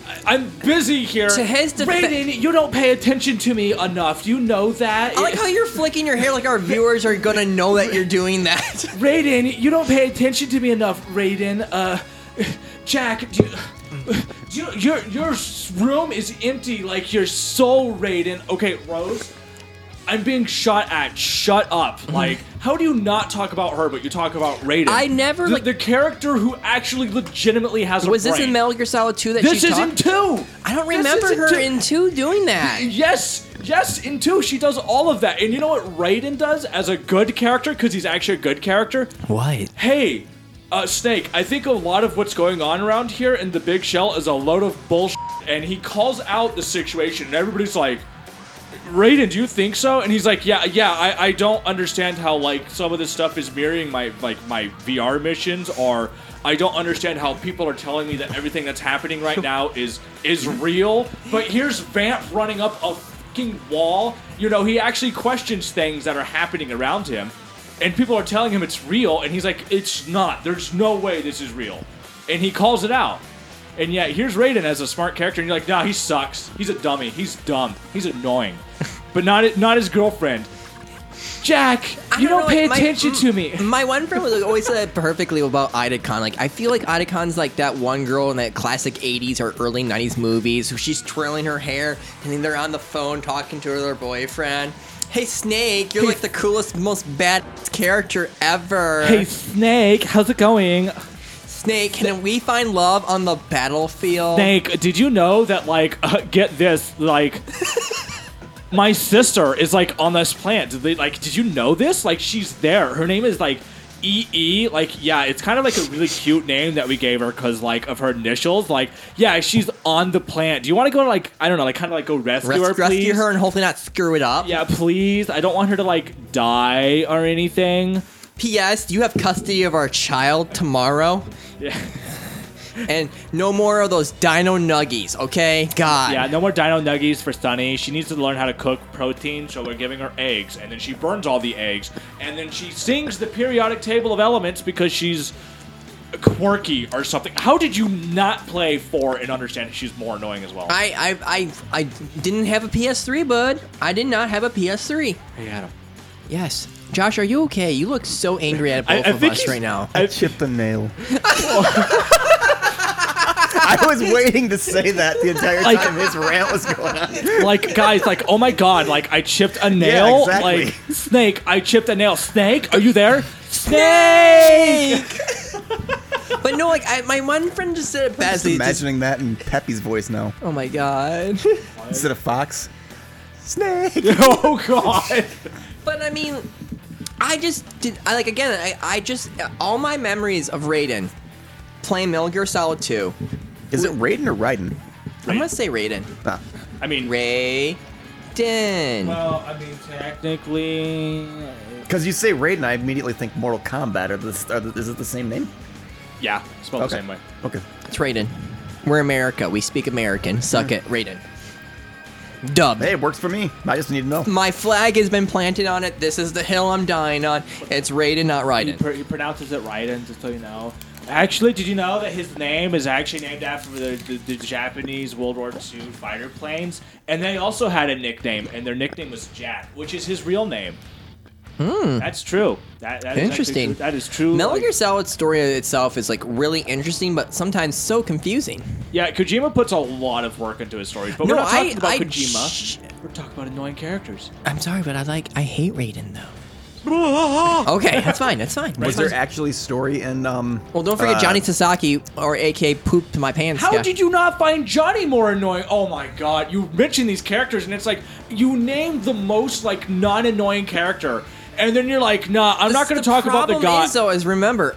Speaker 3: I- I'm busy here.
Speaker 1: To his defe-
Speaker 3: Raiden, you don't pay attention to me enough. You know that.
Speaker 1: I like how you're flicking your hair like our viewers are gonna know that you're doing that.
Speaker 3: Raiden, you don't pay attention to me enough, Raiden. Uh, Jack, do you, do you, your your s- room is empty like your soul, Raiden. Okay, Rose, I'm being shot at. Shut up. Like, how do you not talk about her, but you talk about Raiden?
Speaker 1: Mm-hmm. I never,
Speaker 3: the,
Speaker 1: like-
Speaker 3: the character who actually legitimately has a
Speaker 1: Was this in
Speaker 3: brain.
Speaker 1: Metal Gear Solid 2 that
Speaker 3: This
Speaker 1: she
Speaker 3: is in
Speaker 1: talked?
Speaker 3: two.
Speaker 1: I don't
Speaker 3: This
Speaker 1: remember
Speaker 3: is in
Speaker 1: her
Speaker 3: two.
Speaker 1: in 2
Speaker 3: <laughs>
Speaker 1: doing that.
Speaker 3: Yes, yes, in two, she does all of that. And you know what Raiden does as a good character, because he's actually a good character?
Speaker 1: What?
Speaker 3: hey, uh, Snake, I think a lot of what's going on around here in the big shell is a load of bullshit. And he calls out the situation, and everybody's like, Raiden, do you think so? And he's like, yeah, yeah, I, I don't understand how, like, some of this stuff is mirroring my, like, my VR missions, or I don't understand how people are telling me that everything that's happening right now is, is real. But here's Vamp running up a fucking wall. You know, he actually questions things that are happening around him and people are telling him it's real, and he's like, "It's not. There's no way this is real," and he calls it out. And yet, here's Raiden as a smart character, and you're like, "Nah, he sucks. He's a dummy. He's dumb. He's annoying." but not not his girlfriend, Jack.
Speaker 1: I
Speaker 3: You don't,
Speaker 1: know,
Speaker 3: pay
Speaker 1: like, my-
Speaker 3: attention to me.
Speaker 1: My one friend was like, always said it perfectly about Idacon. Like, I feel like Idacon's like that one girl in that classic 80s or early 90s movies who she's twirling her hair and then they're on the phone talking to her boyfriend. Hey, Snake, you're like the coolest, most bad character ever.
Speaker 3: Hey, Snake, how's it going?
Speaker 1: Snake, can we find love on the battlefield?
Speaker 3: Snake, did you know that, like, uh, get this,
Speaker 1: <laughs>
Speaker 3: like, my sister is, like, on this plant. Did they, like, did you know this? Like, she's there. Her name is, like, EE. Like, yeah, it's kind of like a really cute name that we gave her because, like, of her initials. Like, yeah, she's on the plant. Do you want to go, like, I don't know, like, kind of, like, go rescue
Speaker 1: Res-
Speaker 3: her,
Speaker 1: rescue
Speaker 3: please?
Speaker 1: her and hopefully not screw it up.
Speaker 3: Yeah, please. I don't want her to, like, die or anything.
Speaker 1: P.S. You have custody of our child tomorrow.
Speaker 3: Yeah.
Speaker 1: And no more of those dino nuggies, okay? God.
Speaker 3: Yeah, no more dino nuggies for Sunny. She needs to learn how to cook protein, so we're giving her eggs, and then she burns all the eggs, and then she sings the periodic table of elements because she's quirky or something. How did you not play four and understand she's more annoying as well?
Speaker 1: I, I I I didn't have a PS3, bud. I did not have a PS3.
Speaker 3: hey, Adam.
Speaker 1: Yes. Josh, are you okay? You look so angry at
Speaker 3: I-
Speaker 1: both
Speaker 3: I
Speaker 1: of
Speaker 3: think
Speaker 1: us
Speaker 3: he's- <laughs>
Speaker 1: right now.
Speaker 2: I chipped a
Speaker 1: <laughs>
Speaker 2: nail. <laughs> I was waiting to say that the entire
Speaker 3: Like-
Speaker 2: time his rant was going
Speaker 1: <laughs>
Speaker 2: on.
Speaker 3: Like guys, like oh my god, like I chipped a nail.
Speaker 2: exactly.
Speaker 3: Like snake, I chipped a nail. Snake, are you
Speaker 1: <laughs>
Speaker 3: there? Snake.
Speaker 1: but no, like I, my one friend just Oh said it
Speaker 2: Just
Speaker 1: best. He just-
Speaker 2: imagining that in Peppy's voice now
Speaker 1: oh my god.
Speaker 2: instead of Fox. Snake.
Speaker 3: <laughs> oh god.
Speaker 1: <laughs> But I mean, I just did. I like again. I, I just all my memories of Raiden playing Metal Gear Solid 2.
Speaker 2: <laughs> Is it Raiden or Raiden?
Speaker 1: I'm gonna say Raiden.
Speaker 2: Ah.
Speaker 3: I mean,
Speaker 1: Raiden.
Speaker 3: well, I mean, technically,
Speaker 2: Because you say Raiden, I immediately think Mortal Kombat. Are this are the, is it the same name?
Speaker 3: yeah, spelled the same way.
Speaker 2: Okay.
Speaker 1: it's Raiden. We're America. We speak American.
Speaker 3: Hmm.
Speaker 1: Suck it, Raiden. Dub.
Speaker 2: Hey, it works for me. I just need to know.
Speaker 1: My flag has been planted on it. This is the hill I'm dying on. It's Raiden, not
Speaker 3: He,
Speaker 1: Raiden.
Speaker 3: pr- he pronounces it Raiden, just so you know. Actually, did you know that his name is actually named after the, the, the Japanese World War II fighter planes? And they also had a nickname, and their nickname was Jack, which is his real name. Hmm. That's true. That, that is actually
Speaker 1: Interesting.
Speaker 3: true. That is true.
Speaker 1: Metal
Speaker 3: Like-
Speaker 1: Gear Solid story itself is like really interesting, but sometimes so confusing.
Speaker 3: Yeah, Kojima puts a lot of work into his stories, but
Speaker 1: No,
Speaker 3: we're not talking
Speaker 1: I-
Speaker 3: about
Speaker 1: I-
Speaker 3: Kojima.
Speaker 1: shh.
Speaker 3: We're talking about annoying characters.
Speaker 1: I'm sorry, but I like I hate Raiden though.
Speaker 3: <laughs>
Speaker 1: okay, that's fine. That's fine.
Speaker 2: Was
Speaker 1: That's
Speaker 2: there
Speaker 1: fine.
Speaker 2: actually story in um?
Speaker 1: well, don't forget
Speaker 2: uh,
Speaker 1: Johnny Sasaki, or AK pooped my pants.
Speaker 3: How
Speaker 1: guy.
Speaker 3: did you not find Johnny more annoying? Oh my god, you mentioned these characters, and it's like you named the most like non-annoying character, and then you're like, nah, I'm not going to talk about the
Speaker 1: problem
Speaker 3: guy.
Speaker 1: is, though, is remember,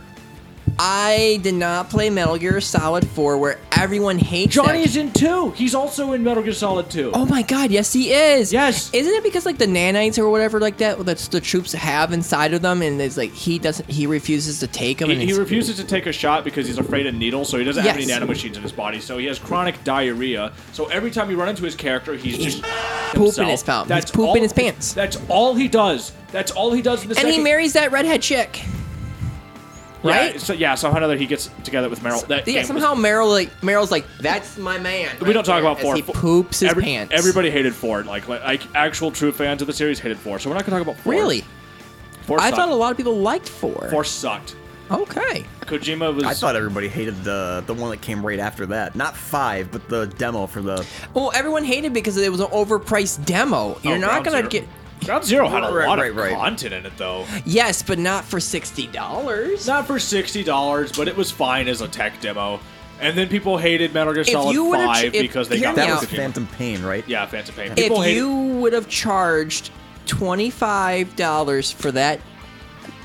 Speaker 1: I did not play Metal Gear Solid 4, where everyone hates
Speaker 3: Johnny
Speaker 1: that
Speaker 3: is in two. He's also in Metal Gear Solid two.
Speaker 1: Oh my God! Yes, he is.
Speaker 3: Yes.
Speaker 1: Isn't it because like the nanites or whatever like that that's the troops have inside of them, and it's like he doesn't, he refuses to take them.
Speaker 3: He,
Speaker 1: and
Speaker 3: he
Speaker 1: it's-
Speaker 3: refuses to take a shot because he's afraid of needles, so he doesn't have any
Speaker 1: Yes.
Speaker 3: nanomachines in his body. So he has chronic diarrhea. So every time you run into his character, he's
Speaker 1: He's
Speaker 3: just
Speaker 1: pooping
Speaker 3: himself.
Speaker 1: his pants. He's
Speaker 3: That's
Speaker 1: pooping
Speaker 3: all-
Speaker 1: his pants.
Speaker 3: That's all he does. That's all he does in the
Speaker 1: and he
Speaker 3: second- Uh,
Speaker 1: marries that redhead chick, right?
Speaker 3: Yeah, so yeah, somehow or another he gets together with Meryl. That game
Speaker 1: yeah,
Speaker 3: was-
Speaker 1: somehow Meryl like Meryl's like that's my man.
Speaker 3: we don't talk about
Speaker 1: four.
Speaker 3: four.
Speaker 1: He poops his
Speaker 3: Every-
Speaker 1: pants.
Speaker 3: Everybody hated four. Like, like like actual true fans of the series hated four. So we're not gonna talk about four.
Speaker 1: really.
Speaker 3: Four
Speaker 1: I
Speaker 3: sucked.
Speaker 1: thought a lot of people liked four.
Speaker 3: four sucked.
Speaker 1: Okay.
Speaker 3: Kojima was.
Speaker 2: I thought everybody hated the the one that came right after that. Not five, but the demo for the.
Speaker 1: Well, everyone hated because it was an overpriced demo. You're
Speaker 3: Oh,
Speaker 1: not
Speaker 3: Ground
Speaker 1: gonna
Speaker 3: Zero.
Speaker 1: get
Speaker 3: Ground Zero had a
Speaker 2: Right,
Speaker 3: lot
Speaker 2: right,
Speaker 3: of
Speaker 2: right.
Speaker 3: content in it though.
Speaker 1: yes, but not for sixty dollars.
Speaker 3: Not for sixty dollars, but it was fine as a tech demo. And then people hated Metal Gear Solid
Speaker 1: you would've-
Speaker 3: Five
Speaker 1: if-
Speaker 3: because they
Speaker 1: hear
Speaker 3: got
Speaker 1: me
Speaker 2: That
Speaker 1: Yeah.
Speaker 2: was
Speaker 3: Kojima.
Speaker 2: Phantom Pain, right?
Speaker 3: Yeah, Phantom Pain.
Speaker 1: If
Speaker 3: People hated-
Speaker 1: you would have charged twenty five dollars for that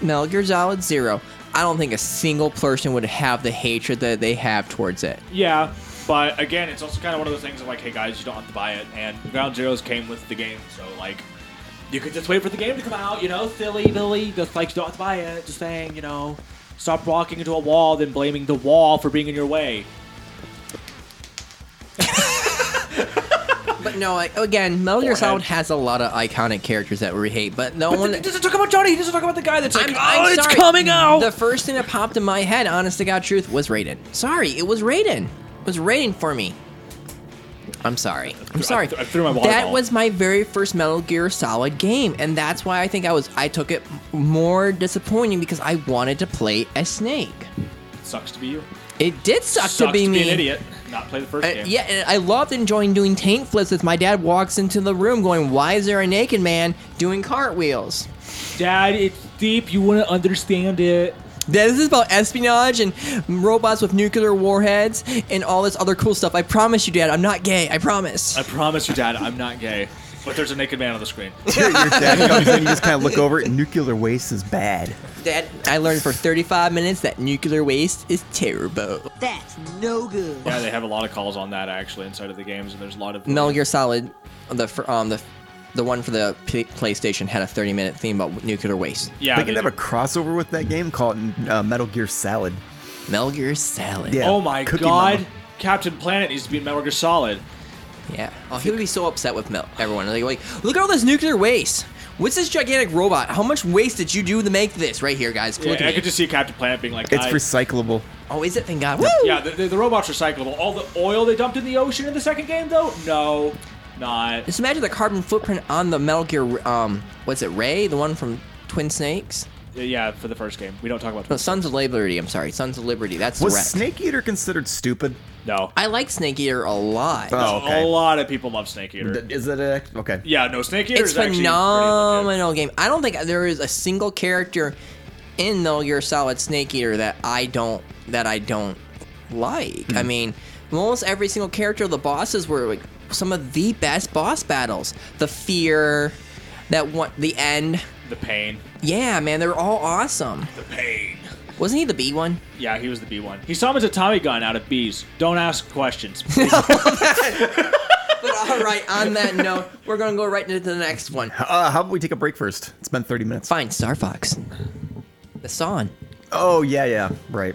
Speaker 1: Metal Gear Solid Zero, I don't think a single person would have the hatred that they have towards it.
Speaker 3: Yeah, but again, it's also kind of one of those things of like, hey guys, you don't have to buy it. And Ground Zeroes came with the game, so like, you could just wait for the game to come out, you know, silly Billy. Just like you don't have to buy it. Just saying, you know, stop walking into a wall, then blaming the wall for being in your way.
Speaker 1: But no, I, again, Metal Gear
Speaker 3: Forehead.
Speaker 1: Solid has a lot of iconic characters that we hate, but no
Speaker 3: But
Speaker 1: one.
Speaker 3: he doesn't talk about Johnny. He doesn't talk about the guy that's like,
Speaker 1: I'm-
Speaker 3: oh,
Speaker 1: I'm
Speaker 3: it's
Speaker 1: sorry.
Speaker 3: coming out.
Speaker 1: The first thing that popped in my head, honest to God truth, was Raiden. Sorry, it was Raiden. It was Raiden for me. I'm sorry. I'm
Speaker 3: I
Speaker 1: sorry.
Speaker 3: th- I threw my water
Speaker 1: that
Speaker 3: bottle.
Speaker 1: was my very first Metal Gear Solid game, and that's why I think I was I took it more disappointing because I wanted to play a snake.
Speaker 3: Sucks to be you.
Speaker 1: It did suck
Speaker 3: Sucks
Speaker 1: to be me.
Speaker 3: an idiot. Not play the first
Speaker 1: Uh,
Speaker 3: game.
Speaker 1: yeah, and I loved enjoying doing tank flips as my dad walks into the room going, Why is there a naked man doing cartwheels?
Speaker 3: Dad, it's deep. You wouldn't understand it.
Speaker 1: This is about espionage and robots with nuclear warheads and all this other cool stuff. I promise you, Dad, I'm not gay. I promise.
Speaker 3: I promise you, Dad, I'm not gay. But there's a naked man on the screen.
Speaker 2: <laughs> Your,
Speaker 3: <laughs>
Speaker 2: your dad comes in, you just kind of look over. it. Nuclear waste is bad.
Speaker 1: Dad, I learned for 35 minutes that nuclear waste is terrible.
Speaker 4: That's no good.
Speaker 3: Yeah, they have a lot of calls on that actually inside of the games, and there's a lot of
Speaker 1: Metal Gear Solid, the fir- um the the one for the P- PlayStation had a 30 minute theme about nuclear waste.
Speaker 3: Yeah,
Speaker 2: they could
Speaker 3: they
Speaker 2: have a
Speaker 3: do.
Speaker 2: crossover with that game called uh, Metal Gear Salad.
Speaker 1: Metal Gear Salad.
Speaker 2: Yeah.
Speaker 3: oh my
Speaker 2: Cookie
Speaker 3: god,
Speaker 2: Mama.
Speaker 3: Captain Planet needs to be in Metal Gear Solid.
Speaker 1: Yeah. Oh, he would be so upset with Mel- everyone. Like, like, look at all this nuclear waste. What's this gigantic robot? How much waste did you do to make this right here, guys?
Speaker 3: Yeah,
Speaker 1: Look at
Speaker 3: I
Speaker 1: me.
Speaker 3: could just see Captain Planet being like,
Speaker 2: It's
Speaker 3: I-
Speaker 2: recyclable.
Speaker 1: oh, is it? Thank God. Woo!
Speaker 3: yeah, the, the, the robots recyclable. All the oil they dumped in the ocean in the second game, though, no, not.
Speaker 1: Just imagine the carbon footprint on the Metal Gear. Um, what's it? Ray, the one from Twin Snakes.
Speaker 3: Yeah, for the first game, we don't talk about
Speaker 1: No, Sons of Liberty. I'm sorry, Sons of Liberty. That's
Speaker 2: Was
Speaker 1: the wreck.
Speaker 2: Snake Eater considered stupid?
Speaker 3: no.
Speaker 1: I like Snake Eater a
Speaker 3: Uh,
Speaker 1: lot.
Speaker 2: Oh, okay.
Speaker 3: A lot of people love Snake Eater.
Speaker 2: D- Is it a, okay?
Speaker 3: yeah, no, Snake Eater
Speaker 1: it's
Speaker 3: is actually pretty legit.
Speaker 1: phenomenal game. I don't think there is a single character in Metal Gear Solid Snake Eater that I don't that I don't like. I mean, almost every single character, the bosses were like some of the best boss battles. The fear, that one, the end.
Speaker 3: The pain.
Speaker 1: Yeah, man, they're all awesome.
Speaker 3: The pain.
Speaker 1: Wasn't he the B one?
Speaker 3: Yeah, he was the B one. He summons a Tommy gun out of bees. Don't ask questions.
Speaker 1: But all right, on that note, we're gonna go right into the next one.
Speaker 2: Uh, how about we take a break first? It's been 30 minutes.
Speaker 1: Fine, Star Fox. The song.
Speaker 2: Oh, yeah, yeah, right.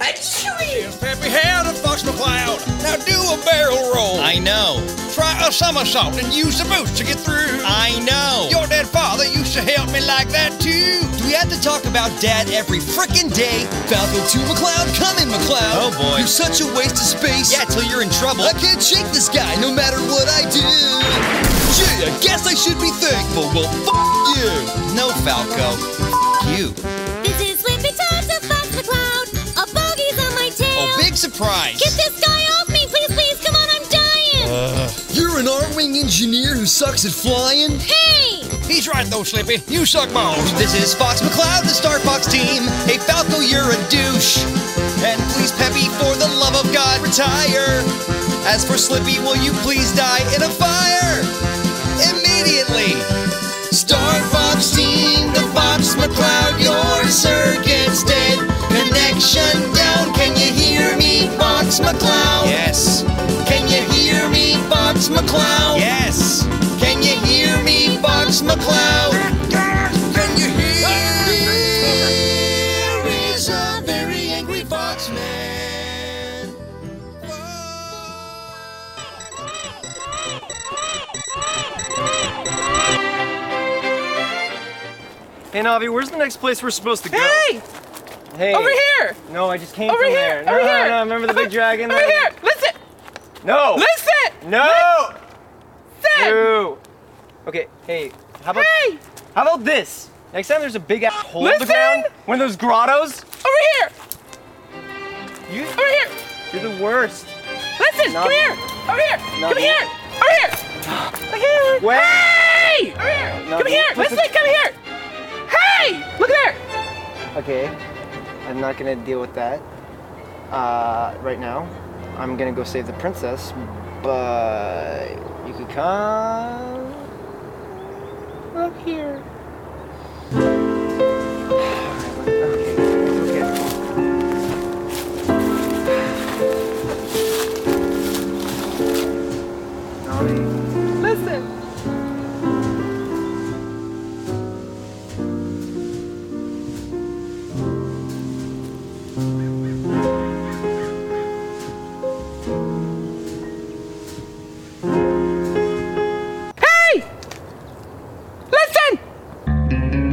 Speaker 4: Here's Peppy Head and Fox McCloud. Now do a barrel roll.
Speaker 5: I know.
Speaker 4: Try a somersault and use the boots to get through.
Speaker 5: I know.
Speaker 4: Your dead father used to help me like that too.
Speaker 5: Do we have to talk about dad every frickin' day?
Speaker 4: Falco to McCloud, come in McCloud.
Speaker 5: Oh, boy.
Speaker 4: You're such a waste of space.
Speaker 5: Yeah, till you're in trouble.
Speaker 4: I can't shake this guy no matter what I do. Gee, I guess I should be thankful. Well, f- you.
Speaker 5: No, Falco. F- you.
Speaker 6: This is Slippy Times of Fox the Clown. A bogey's on my tail.
Speaker 5: Oh, big surprise.
Speaker 6: Get this guy off me, please, please. Come on, I'm dying.
Speaker 5: Uh.
Speaker 4: You're an R-wing engineer who sucks at flying.
Speaker 6: hey!
Speaker 4: He's right though, Slippy. You suck balls.
Speaker 5: This is Fox McCloud, the Star Fox team. Hey, Falco, you're a douche. And please, Peppy, for the love of God, retire. As for Slippy, will you please die in a fire? Immediately. Star Fox team, the Fox McCloud, your circuit's dead. Connection down, can you hear me, Fox McCloud? Yes. Can you hear me, Fox McCloud? Yes. Can you hear me, Fox McCloud?
Speaker 4: Can you hear? There is a very angry fox man.
Speaker 7: Hey, Navi, where's the next place we're supposed to go?
Speaker 8: Hey!
Speaker 7: Hey!
Speaker 8: Over here!
Speaker 7: No, I just came
Speaker 8: Over
Speaker 7: from
Speaker 8: here!
Speaker 7: there. No,
Speaker 8: over
Speaker 7: no,
Speaker 8: here!
Speaker 7: no, remember the
Speaker 8: Over-
Speaker 7: big dragon?
Speaker 8: Over
Speaker 7: that-
Speaker 8: here! Listen!
Speaker 7: No!
Speaker 8: Listen!
Speaker 7: No!
Speaker 8: Listen!
Speaker 7: Ew. Okay, hey, how about
Speaker 8: Hey!
Speaker 7: how about this? Next time there's a big ass hole in the
Speaker 8: Listen!
Speaker 7: ground, one of those grottos,
Speaker 8: Over here!
Speaker 7: you,
Speaker 8: Over here!
Speaker 7: you're the worst.
Speaker 8: Listen!
Speaker 7: Not
Speaker 8: Come
Speaker 7: me.
Speaker 8: here! Over here!
Speaker 7: Not
Speaker 8: Come
Speaker 7: me.
Speaker 8: here! Over here! Look here!
Speaker 7: Wait.
Speaker 8: Hey! Over here!
Speaker 7: Not
Speaker 8: come
Speaker 7: me.
Speaker 8: here!
Speaker 7: Listen.
Speaker 8: Listen! Come here! Hey! Look there!
Speaker 7: Okay, I'm not gonna deal with that uh, right now. I'm gonna go save the princess, but you could come up here. Okay, okay. Nami,
Speaker 8: Listen! Hey! Listen!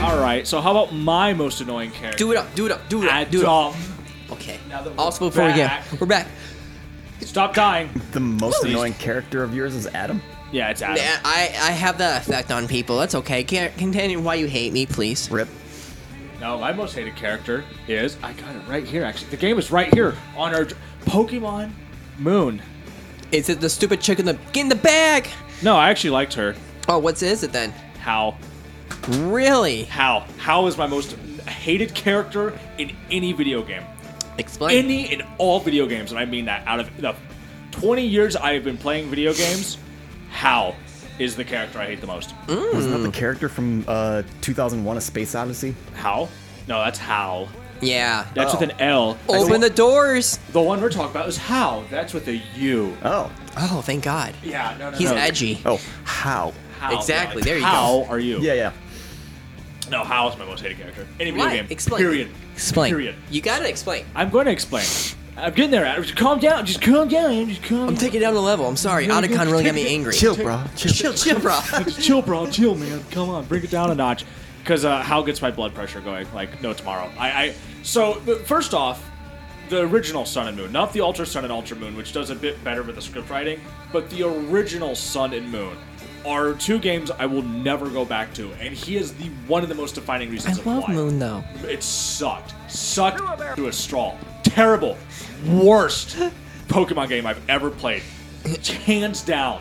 Speaker 3: All right. So how about my most annoying character?
Speaker 1: Do it up, do it up, do it up, do it up.
Speaker 3: Adolf.
Speaker 1: Okay.
Speaker 3: Now that we're
Speaker 1: Also before we get
Speaker 3: back.
Speaker 1: we're back.
Speaker 3: Stop dying.
Speaker 2: The most
Speaker 3: Please.
Speaker 2: annoying character of yours is Adam.
Speaker 3: Yeah, it's Adam.
Speaker 1: Yeah, I, I have that effect on people. That's okay. Can't continue why you hate me, please.
Speaker 2: Rip.
Speaker 3: No, my most hated character is I got it right here. Actually, the game is right here on our Pokemon Moon.
Speaker 1: Is it the stupid chick in the get in the bag?
Speaker 3: No, I actually liked her.
Speaker 1: Oh, what's is it then?
Speaker 3: How?
Speaker 1: Really?
Speaker 3: How? How is my most hated character in any video game?
Speaker 1: Explain.
Speaker 3: Any in all video games, and I mean that. Out of the 20 years I have been playing video games, How is the character I hate the most?
Speaker 1: Hmm?
Speaker 2: Wasn't that the character from uh, 2001: A Space Odyssey?
Speaker 3: How? No, that's How.
Speaker 1: yeah.
Speaker 3: That's
Speaker 2: Oh.
Speaker 3: with an L.
Speaker 1: Open the doors.
Speaker 3: The one we're talking about is How. That's with a U.
Speaker 2: Oh,
Speaker 1: Oh, thank God.
Speaker 3: Yeah, no, no,
Speaker 1: He's
Speaker 3: no.
Speaker 1: edgy.
Speaker 2: oh, how?
Speaker 3: How,
Speaker 1: Exactly,
Speaker 3: like,
Speaker 1: there you go.
Speaker 3: how are you?
Speaker 2: Yeah, yeah.
Speaker 3: No, How is my most hated character. Any video
Speaker 1: Why?
Speaker 3: game.
Speaker 1: Explain.
Speaker 3: Period.
Speaker 1: Explain.
Speaker 3: Period.
Speaker 1: You gotta explain.
Speaker 3: I'm going to explain. I'm getting there, Adam. Just calm down. Just calm down, Adam. Just calm
Speaker 1: I'm taking it down the level. I'm sorry. Otacon really got me angry.
Speaker 2: Chill, bro. Chill.
Speaker 1: chill, chill, <laughs> bro.
Speaker 3: Just chill, bro. Chill, man. Come on, bring it down a notch. Because uh, how gets my blood pressure going? Like no tomorrow. I, I so the, first off, the original Sun and Moon, not the Ultra Sun and Ultra Moon, which does a bit better with the script writing, but the original Sun and Moon are two games I will never go back to, and he is the one of the most defining
Speaker 1: I
Speaker 3: reasons. of
Speaker 1: love
Speaker 3: why.
Speaker 1: Moon though.
Speaker 3: It sucked. Sucked to a straw. Terrible. Worst Pokemon game I've ever played. Hands down.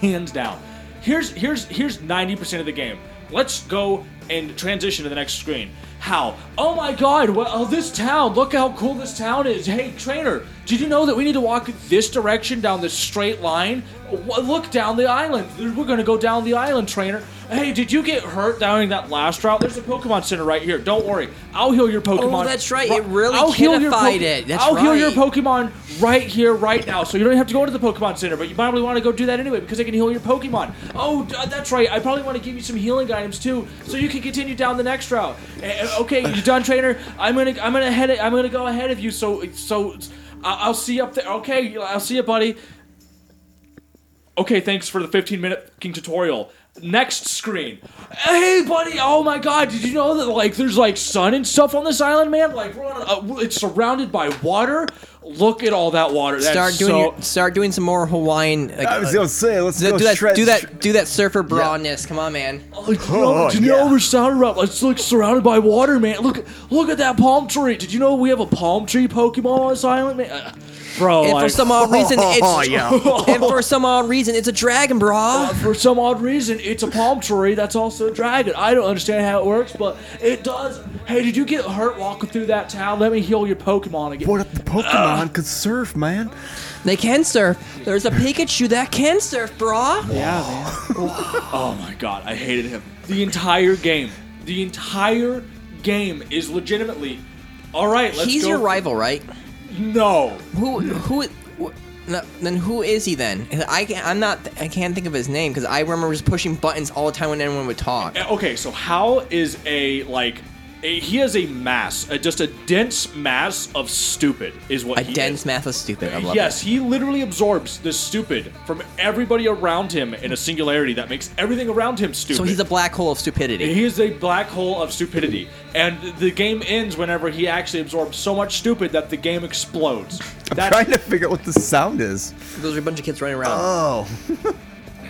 Speaker 3: Hands down. Here's here's here's 90% of the game. Let's go and transition to the next screen. How? Oh my god, well, oh, this town. Look how cool this town is. Hey, trainer, did you know that we need to walk this direction down this straight line? Wha- Look down the island. We're going to go down the island, trainer. Hey, did you get hurt during that last route? There's a Pokemon Center right here. Don't worry. I'll heal your Pokemon.
Speaker 1: Oh, that's right.
Speaker 3: Ri-
Speaker 1: It really kidified it. That's
Speaker 3: I'll heal your
Speaker 1: right.
Speaker 3: Pokemon right here, right now. So you don't have to go into the Pokemon Center, but you probably want to go do that anyway because I can heal your Pokemon. Oh, d- that's right. I probably want to give you some healing items too, so you can continue down the next route. Eh, eh, Okay, you done, trainer. I'm gonna, I'm gonna head, I'm gonna go ahead of you. So, so, I- I'll see you up there. Okay, I'll see you, buddy okay, thanks for the 15 minute fucking tutorial. Next screen. Hey, buddy. Oh my God. Did you know that like there's like sun and stuff on this island, man? Like we're on a, uh, it's surrounded by water. Look at all that water. That's
Speaker 1: Start doing
Speaker 3: so-
Speaker 1: your, start doing some more Hawaiian. Like,
Speaker 2: I was
Speaker 1: uh,
Speaker 2: gonna say, let's
Speaker 1: do,
Speaker 2: go
Speaker 1: do that,
Speaker 2: shred-
Speaker 1: do that, do that surfer brawness. Come on, man.
Speaker 3: <laughs> Like, bro,
Speaker 2: Oh,
Speaker 3: did you know
Speaker 2: yeah.
Speaker 3: we're surrounded by it's like surrounded by water, man? Look, look at that palm tree. Did you know we have a palm tree Pokemon on this island, man? Uh, bro,
Speaker 1: And for
Speaker 3: like,
Speaker 1: some
Speaker 3: <laughs>
Speaker 1: odd reason, it's
Speaker 2: Oh, yeah.
Speaker 1: <laughs> and for some odd reason, it's a dragon, bro.
Speaker 3: Uh, for some odd reason, it's a palm tree that's also a dragon. I don't understand how it works, but it does. Hey, did you get hurt walking through that town? Let me heal your Pokemon again.
Speaker 2: What if the Pokemon could surf, man?
Speaker 1: They can surf. There's a Pikachu that can surf, bro.
Speaker 3: <laughs> Oh my god, I hated him. The entire game. The entire game is legitimately. All right, let's
Speaker 1: He's
Speaker 3: go.
Speaker 1: your rival, right?
Speaker 3: No.
Speaker 1: Who who? wh- no, then who is he then? 'Cause I can't, I'm not. I can't think of his name because I remember just pushing buttons all the time when anyone would talk.
Speaker 3: Okay, so how is a like? A, he has a mass, uh just a dense mass of stupid is what
Speaker 1: A
Speaker 3: he is.
Speaker 1: dense math is stupid. I love
Speaker 3: yes, he literally absorbs the stupid from everybody around him in a singularity that makes everything around him
Speaker 1: it.
Speaker 3: stupid.
Speaker 1: So he's a black hole of stupidity.
Speaker 3: He is a black hole of stupidity, and the game ends whenever he actually absorbs so much stupid that the game explodes. That's
Speaker 2: Trying to figure out what the sound is.
Speaker 1: Those are a bunch of kids running around.
Speaker 2: Oh,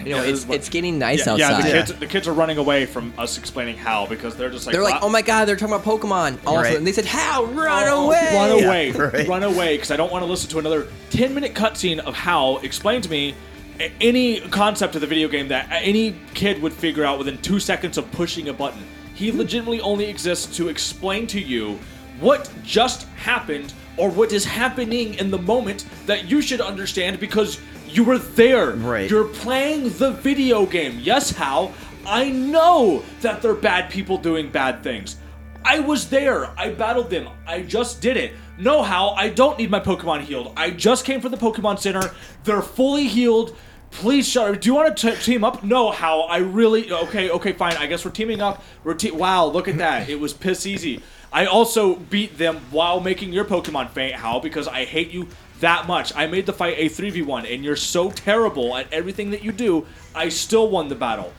Speaker 1: you know,
Speaker 3: yeah, this
Speaker 1: it's
Speaker 3: is what-
Speaker 1: it's getting nice
Speaker 3: yeah, yeah,
Speaker 1: outside.
Speaker 3: the kids, the kids are running away from us explaining how because they're just like
Speaker 1: They're like,
Speaker 3: "Wow."
Speaker 1: oh my god, they're talking about Pokemon. All of a
Speaker 2: Right.
Speaker 1: sudden, they said, how? Run
Speaker 3: Oh,
Speaker 1: away!
Speaker 3: Run away.
Speaker 2: right.
Speaker 3: Run away, because I don't want to listen to another 10 minute cutscene of how explain to me a- any concept of the video game that any kid would figure out within two seconds of pushing a button. He
Speaker 1: Hmm.
Speaker 3: legitimately only exists to explain to you what just happened or what is happening in the moment that you should understand because you were there.
Speaker 2: Right.
Speaker 3: You're playing the video game. Yes, how? I know that they're bad people doing bad things. I was there. I battled them. I just did it. No, how? I don't need my Pokemon healed. I just came from the Pokemon Center. They're fully healed. Please shut up. Do you want to t- team up? No, how? I really. Okay, okay, fine. I guess we're teaming up. We're te- wow, look at that. It was piss easy. I also beat them while making your Pokemon faint, how? Because I hate you that much. I made the fight a 3v1, and you're so terrible at everything that you do, I still won the battle.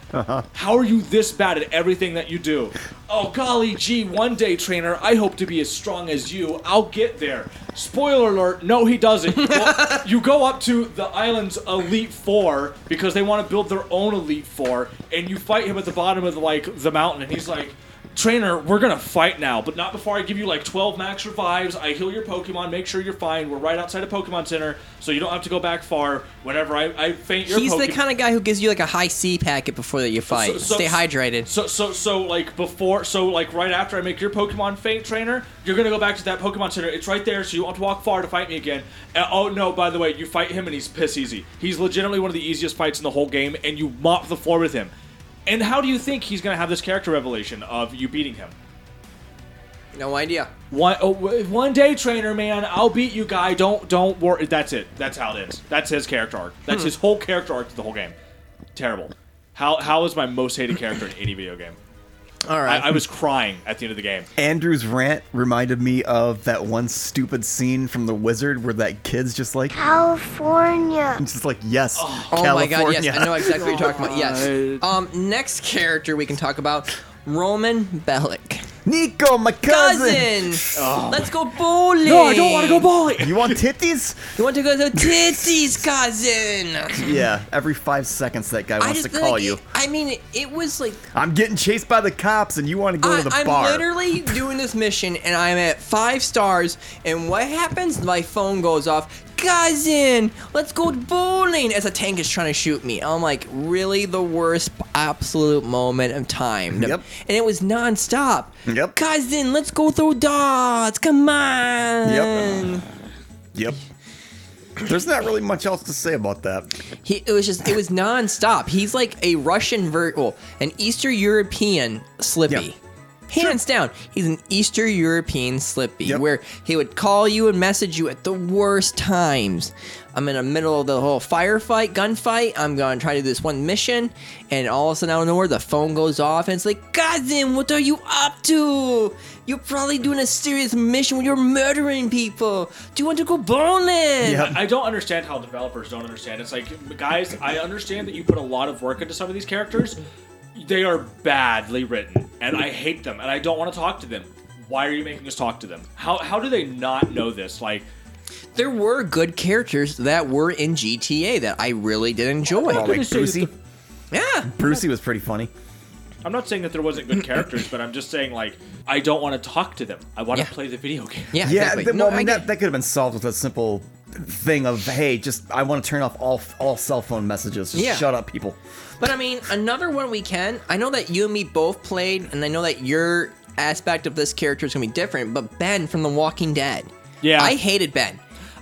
Speaker 3: How are you this bad at everything that you do? Oh, golly gee, one day, trainer, I hope to be as strong as you. I'll get there. Spoiler alert, no, he doesn't. Well, you go up to the island's Elite Four because they want to build their own Elite Four, and you fight him at the bottom of, like, the mountain, and he's like, Trainer, we're gonna fight now, but not before I give you like 12 max revives. I heal your Pokemon, make sure you're fine. We're right outside of Pokemon Center, so you don't have to go back far. Whenever I, I faint your
Speaker 1: He's
Speaker 3: Pokemon.
Speaker 1: the kind of guy who gives you like a high C packet before that you fight. Stay hydrated.
Speaker 3: So, so, so, like before, so like right after I make your Pokemon faint, trainer, you're gonna go back to that Pokemon Center. It's right there, so you won't have to walk far to fight me again. And, oh no, by the way, you fight him and he's piss easy. He's legitimately one of the easiest fights in the whole game, and you mop the floor with him. And how do you think he's gonna have this character revelation of you beating him?
Speaker 1: no idea.
Speaker 3: One, oh, w- one day, trainer man, I'll beat you, guy. Don't don't worry. That's it. That's how it is. That's his character arc. That's his whole character arc to the whole game. Terrible. How how is my most hated character in any video game?
Speaker 1: All right.
Speaker 3: I, I was crying at the end of the game.
Speaker 2: Andrew's rant reminded me of that one stupid scene from The Wizard where that kid's just like, <laughs>
Speaker 9: California.
Speaker 2: I'm just like, yes,
Speaker 1: Oh
Speaker 2: California.
Speaker 1: my god, yes, I know exactly what you're talking about. Yes. Um, next character we can talk about Roman Bellic.
Speaker 2: Nico, my cousin.
Speaker 1: Cousin!
Speaker 3: Oh.
Speaker 1: Let's go bowling!
Speaker 2: bowling. You want titties?
Speaker 1: You want to go to Titsy's cousin!
Speaker 2: yeah, every five seconds that guy wants to
Speaker 1: feel
Speaker 2: call
Speaker 1: like
Speaker 2: you.
Speaker 1: it- I mean, it was like
Speaker 2: I'm getting chased by the cops, and you want to go to the
Speaker 1: I, am
Speaker 2: bar.
Speaker 1: literally doing this mission and I'm at five stars. And what happens? My phone goes off. Cousin, let's go bowling as a tank is trying to shoot me. I'm like, really the worst absolute moment of time.
Speaker 2: Yep.
Speaker 1: And it was nonstop.
Speaker 2: Yep.
Speaker 1: Cousin, let's go throw dots. Come on.
Speaker 2: Yep. Yep. <laughs> There's not really much else to say about that.
Speaker 1: He, it was just, it was nonstop. He's like a Russian, ver- well, an Eastern European Slippy.
Speaker 2: Yeah.
Speaker 1: Hands down, he's an Eastern European Slippy,
Speaker 2: Yep.
Speaker 1: where he would call you and message you at the worst times. I'm in the middle of the whole firefight, gunfight. I'm going to try to do this one mission, and all of a sudden, out of nowhere, the phone goes off, and it's like, Cousin, what are you up to? You're probably doing a serious mission where you're murdering people. Do you want to go bowling?
Speaker 3: I I don't understand how developers don't understand. It's like, guys, I understand that you put a lot of work into some of these characters. They are badly written, and I hate them, and I don't want to talk to them. Why are you making us talk to them? How how do they not know this? Like,
Speaker 1: there were good characters that were in GTA that I really did enjoy.
Speaker 2: Oh,
Speaker 3: say
Speaker 2: like
Speaker 3: that
Speaker 2: Brucey.
Speaker 1: yeah.
Speaker 2: Brucey was pretty funny.
Speaker 3: I'm not saying that there wasn't good characters, but I'm just saying like I don't want to talk to them. I want
Speaker 1: Yeah.
Speaker 3: to play the video game.
Speaker 1: Yeah,
Speaker 2: Yeah,
Speaker 1: exactly.
Speaker 2: th-
Speaker 1: no,
Speaker 2: well, I mean,
Speaker 1: I
Speaker 2: that, that could have been solved with a simple thing of, hey, just I want to turn off all all cell phone messages. Just
Speaker 1: Yeah.
Speaker 2: shut up, people.
Speaker 1: get- but I mean, another one we can. I know that you and me both played, and I know that your aspect of this character is gonna be different. But Ben from The Walking Dead,
Speaker 3: Yeah.
Speaker 1: I hated Ben.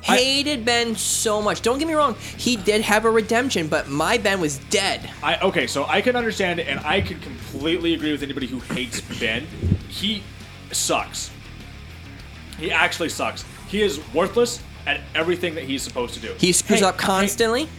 Speaker 3: I-
Speaker 1: Hated Ben so much. Don't get me wrong; he did have a redemption, but my Ben was dead.
Speaker 3: I okay, so I can understand and I can completely agree with anybody who hates Ben. He sucks. He actually sucks. He is worthless at everything that he's supposed to do.
Speaker 1: He screws
Speaker 3: Hey,
Speaker 1: up constantly.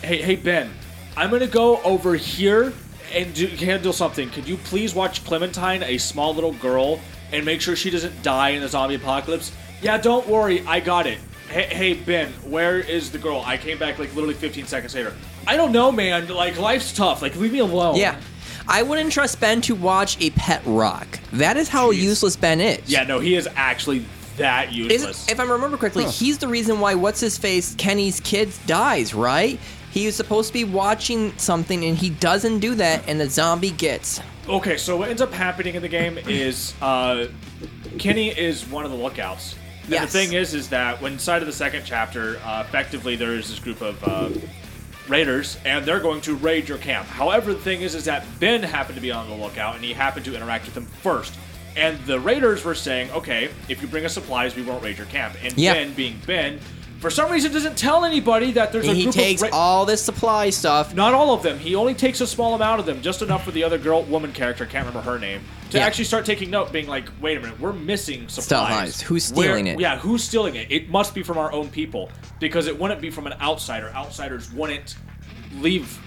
Speaker 3: Hey, hey, hey, Ben, I'm gonna go over here and do, handle something. Could you please watch Clementine, a small little girl, and make sure she doesn't die in the zombie apocalypse? Yeah, don't worry, I got it. Hey, hey, Ben, where is the girl? I came back like literally 15 seconds later. I don't know, man. Like life's tough. Like leave me alone.
Speaker 1: yeah, I wouldn't trust Ben to watch a pet rock. That is how useless Ben is.
Speaker 3: Yeah, no, he is actually that useless.
Speaker 1: Isn't, if I remember correctly, he's the reason why what's his face Kenny's kid dies, right? He was supposed to be watching something and he doesn't do that, and the zombie gets.
Speaker 3: okay, so what ends up happening in the game is uh, Kenny is one of the lookouts. And
Speaker 1: Yes.
Speaker 3: the thing is, is that when inside of the second chapter, uh, effectively there is this group of uh, raiders, and they're going to raid your camp. However, the thing is, is that Ben happened to be on the lookout, and he happened to interact with them first. And the raiders were saying, okay, if you bring us supplies, we won't raid your camp. And
Speaker 1: Yeah.
Speaker 3: Ben, being Ben, for some reason doesn't tell anybody that there's a
Speaker 1: And he
Speaker 3: group
Speaker 1: takes
Speaker 3: of ra-
Speaker 1: all this supply stuff.
Speaker 3: Not all of them. He only takes a small amount of them, just enough for the other girl, woman character, can't remember her name, to
Speaker 1: Yeah.
Speaker 3: actually start taking note, being like, wait a minute, we're missing supplies.
Speaker 1: Supplies. Who's stealing
Speaker 3: Where-
Speaker 1: it?
Speaker 3: Yeah, who's stealing it? It must be from our own people, because it wouldn't be from an outsider. Outsiders wouldn't leave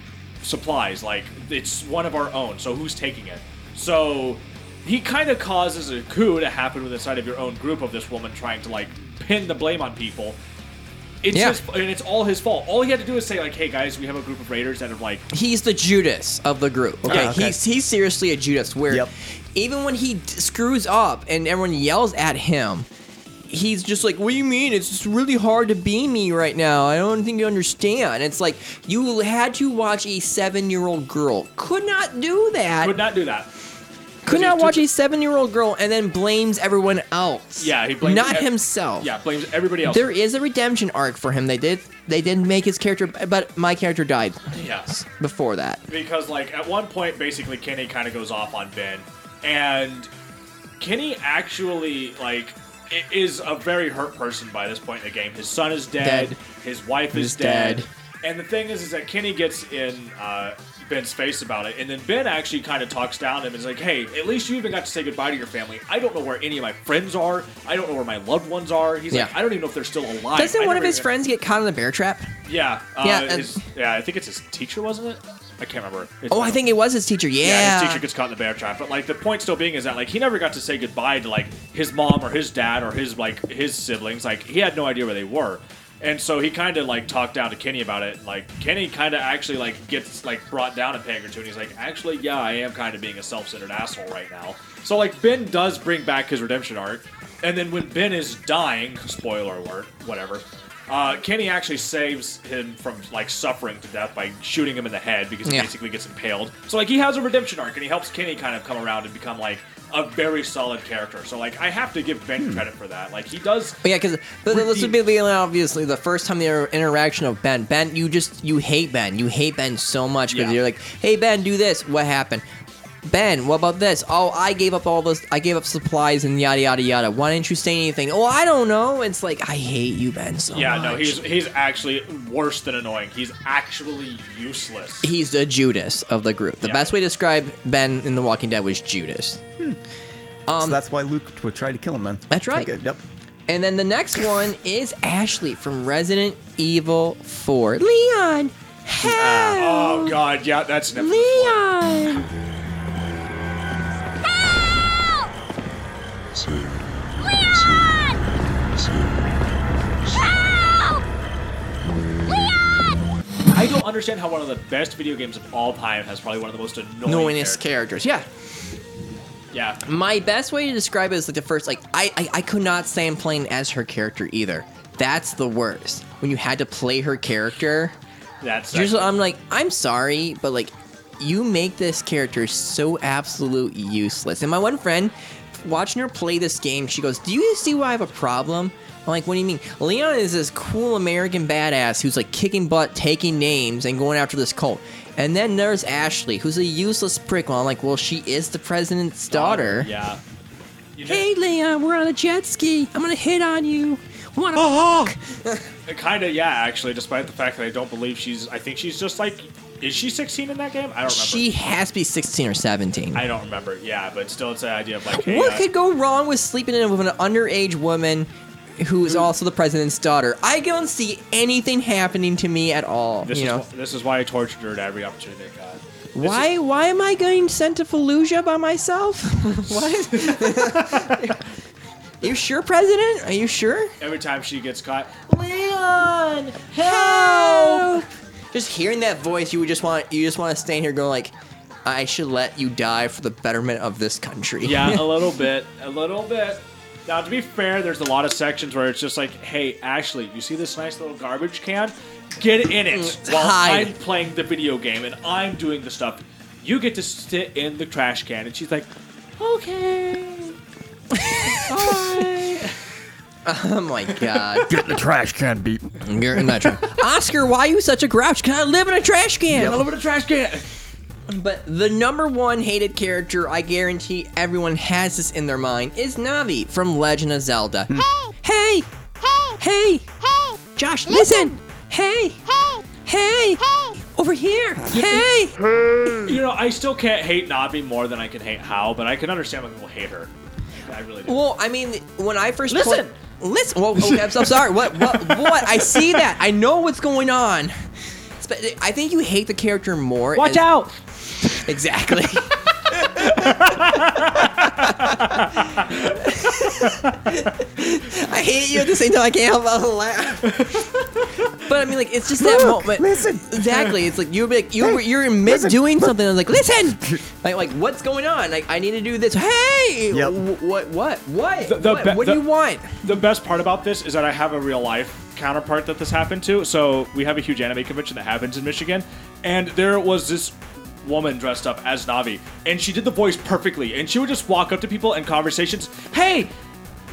Speaker 3: supplies. Like, it's one of our own, so who's taking it? So, he kind of causes a coup to happen within inside of your own group of this woman trying to, like, pin the blame on people. It's
Speaker 1: Yeah.
Speaker 3: his, and it's all his fault. All he had to do is say like, "Hey guys, we have a group of raiders that have like
Speaker 1: He's the Judas of the group. Okay,
Speaker 2: okay.
Speaker 1: he's he's seriously a Judas. Where
Speaker 2: Yep.
Speaker 1: even when he d- screws up and everyone yells at him, he's just like, "What do you mean? It's just really hard to be me right now. I don't think you understand." It's like you had to watch a seven-year-old girl could not do that.
Speaker 3: would not do that."
Speaker 1: could not
Speaker 3: He's
Speaker 1: watch
Speaker 3: too-
Speaker 1: a seven-year-old girl and then blames everyone else.
Speaker 3: Yeah, he blames
Speaker 1: not
Speaker 3: ev-
Speaker 1: himself.
Speaker 3: Yeah, blames everybody else.
Speaker 1: There is a redemption arc for him. They did they did make his character, but my character died
Speaker 3: yeah,
Speaker 1: before that.
Speaker 3: because like at one point, basically Kenny kind of goes off on Ben, and Kenny actually like i- is a very hurt person by this point in the game. His son is dead.
Speaker 1: Dead.
Speaker 3: His wife is
Speaker 1: He's
Speaker 3: dead.
Speaker 1: dead.
Speaker 3: And the thing is, is that Kenny gets in uh, Ben's face about it, and then Ben actually kind of talks down him and is like, "Hey, at least you even got to say goodbye to your family. I don't know where any of my friends are. I don't know where my loved ones are. He's like,
Speaker 1: Yeah.
Speaker 3: I don't even know if they're still alive. I
Speaker 1: Doesn't one of
Speaker 3: never
Speaker 1: his
Speaker 3: even-
Speaker 1: friends get caught in the bear trap?
Speaker 3: Yeah, uh,
Speaker 1: Yeah,
Speaker 3: yeah,
Speaker 1: and-
Speaker 3: yeah. I think it's his teacher, wasn't it? I can't remember. It's
Speaker 1: Oh,
Speaker 3: been
Speaker 1: I
Speaker 3: a-
Speaker 1: think it was his teacher. Yeah.
Speaker 3: his teacher gets caught in the bear trap. But like the point still being is that like he never got to say goodbye to like his mom or his dad or his like his siblings. Like he had no idea where they were. And so he kind of like talked down to Kenny about it. Like Kenny kind of actually like gets like brought down a peg or two, and he's like, actually, yeah, I am kind of being a self-centered asshole right now. So like Ben does bring back his redemption arc, and then when Ben is dying, spoiler alert, whatever, uh, Kenny actually saves him from like suffering to death by shooting him in the head because he
Speaker 1: Yeah.
Speaker 3: basically gets impaled. So like he has a redemption arc and he helps Kenny kind of come around and become like a very solid character. So like I have to give
Speaker 1: Hmm.
Speaker 3: Ben credit for that. Like he does.
Speaker 1: But yeah, because let's be real, obviously the first time the inter- interaction of Ben, Ben, you just you hate Ben, you hate Ben so much because
Speaker 3: Yeah.
Speaker 1: you're like, hey Ben, do this. What happened? Ben, what about this? Oh, I gave up all those. I gave up supplies and yada yada yada. Why didn't you say anything? Oh, I don't know. It's like I hate you, Ben. So
Speaker 3: Yeah, no,
Speaker 1: much.
Speaker 3: he's he's actually worse than annoying. He's actually useless.
Speaker 1: he's the Judas of the group. The
Speaker 3: Yeah.
Speaker 1: best way to describe Ben in The Walking Dead was Judas.
Speaker 2: so that's why Luke would try to kill him, man.
Speaker 1: Um, That's right.
Speaker 2: Okay, yep.
Speaker 1: And then the next one is Ashley from Resident Evil 4. Leon, help!
Speaker 3: Oh god, yeah, that's never.
Speaker 1: Leon.
Speaker 3: I don't understand how one of the best video games of all time has probably one of the most annoying.
Speaker 1: Annoyingest
Speaker 3: characters.
Speaker 1: characters. Yeah.
Speaker 3: Yeah,
Speaker 1: My best way to describe it is like the first, like, I, I, I could not stand playing as her character either. That's the worst. When you had to play her character,
Speaker 3: that's
Speaker 1: usually I'm like, I'm sorry, but like, you make this character so absolute useless. And my one friend, watching her play this game, she goes, "Do you see why I have a problem?" I'm like, "What do you mean?" Leon is this cool American badass who's like kicking butt, taking names, and going after this cult. And then there's Ashley, who's a useless prick. Well, I'm like, "Well, she is the president's daughter."
Speaker 3: Oh, Yeah. You just-
Speaker 1: Hey, Leon, we're on a jet ski. I'm gonna hit on you. Wanna
Speaker 3: Uh-huh.
Speaker 1: fuck?
Speaker 3: Kind of, yeah, actually, despite the fact that I don't believe she's. I think she's just like. Is she 16 in that game? I don't remember.
Speaker 1: She has to be 16 or 17.
Speaker 3: I don't remember, yeah, but still, it's the idea of like. Hey,
Speaker 1: What
Speaker 3: uh,
Speaker 1: could go wrong with sleeping in with an underage woman who
Speaker 3: Mm-hmm.
Speaker 1: is also the president's daughter? I don't see anything happening to me at all.
Speaker 3: this,
Speaker 1: you
Speaker 3: is
Speaker 1: know,
Speaker 3: wh- this is why I tortured her at every opportunity I got. This
Speaker 1: why
Speaker 3: is-
Speaker 1: why am I getting sent to Fallujah by myself? <laughs> what?
Speaker 3: <laughs>
Speaker 1: you sure, President? Are you sure?
Speaker 3: every time she gets caught.
Speaker 1: Leon, help! Just hearing that voice, you would just want you just want to stand here going like, I should let you die for the betterment of this country.
Speaker 3: Yeah, a little bit. A little bit. Now, to be fair, there's a lot of sections where it's just like, hey, Ashley, you see this nice little garbage can? Get in it
Speaker 1: Mm,
Speaker 3: while
Speaker 1: hide.
Speaker 3: I'm playing the video game and I'm doing the stuff. You get to sit in the trash can. And she's like, okay.
Speaker 1: oh my god.
Speaker 2: Get in the trash can, beat.
Speaker 1: You're in that trash. Oscar, why are you such a grouch? Can I live in a trash can?
Speaker 2: Yep.
Speaker 1: I live
Speaker 3: Over the trash can.
Speaker 1: in- But the number one hated character, I guarantee everyone has this in their mind, is Navi from Legend of Zelda.
Speaker 2: Hmm.
Speaker 1: Hey! Hey!
Speaker 6: Hey!
Speaker 1: Josh, listen! Hey!
Speaker 6: Hey!
Speaker 1: Hey!
Speaker 6: Hey!
Speaker 1: Over here! Hey!
Speaker 3: You know, I still can't hate Nabi more than I can hate Hal, but I can understand why people hate her. I really do.
Speaker 1: Well, I mean, when I first
Speaker 8: Listen.
Speaker 1: played- listen. Well, okay, I'm so sorry. What? What? What? I see that. I know what's going on. It's- but I think you hate the character more.
Speaker 8: Watch
Speaker 1: as-
Speaker 8: out!
Speaker 1: Exactly. <laughs> I hate you at the same time. I can't help but laugh. <laughs> But I mean, like, it's just that moment.
Speaker 2: listen.
Speaker 1: Exactly. It's like you're like you were you're in mid
Speaker 2: listen,
Speaker 1: doing something. I was like, listen. Like, like what's going on? Like, I need to do this. Hey.
Speaker 2: Yep.
Speaker 1: wh- What? What? What?
Speaker 3: The- the
Speaker 1: what
Speaker 3: be-
Speaker 1: what
Speaker 3: the-
Speaker 1: do you want? <laughs>
Speaker 3: The best part about this is that I have a real life counterpart that this happened to. So we have a huge anime convention that happens in Michigan, and there was this woman dressed up as Navi, and she did the voice perfectly. And she would just walk up to people in conversations, "Hey,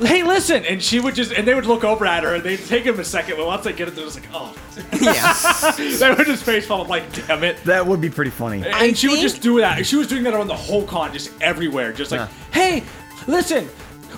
Speaker 3: hey, listen!" And she would just, and they would look over at her, and they'd take them a second, but once they get it, they're just like, "Oh," <laughs>
Speaker 1: yeah.
Speaker 3: they would just face fall. I'm like, "Damn it."
Speaker 2: That would be pretty funny.
Speaker 3: And
Speaker 1: I
Speaker 3: she would
Speaker 1: think-
Speaker 3: just do that. She was doing that around the whole con, just everywhere, just like, "Hey, listen,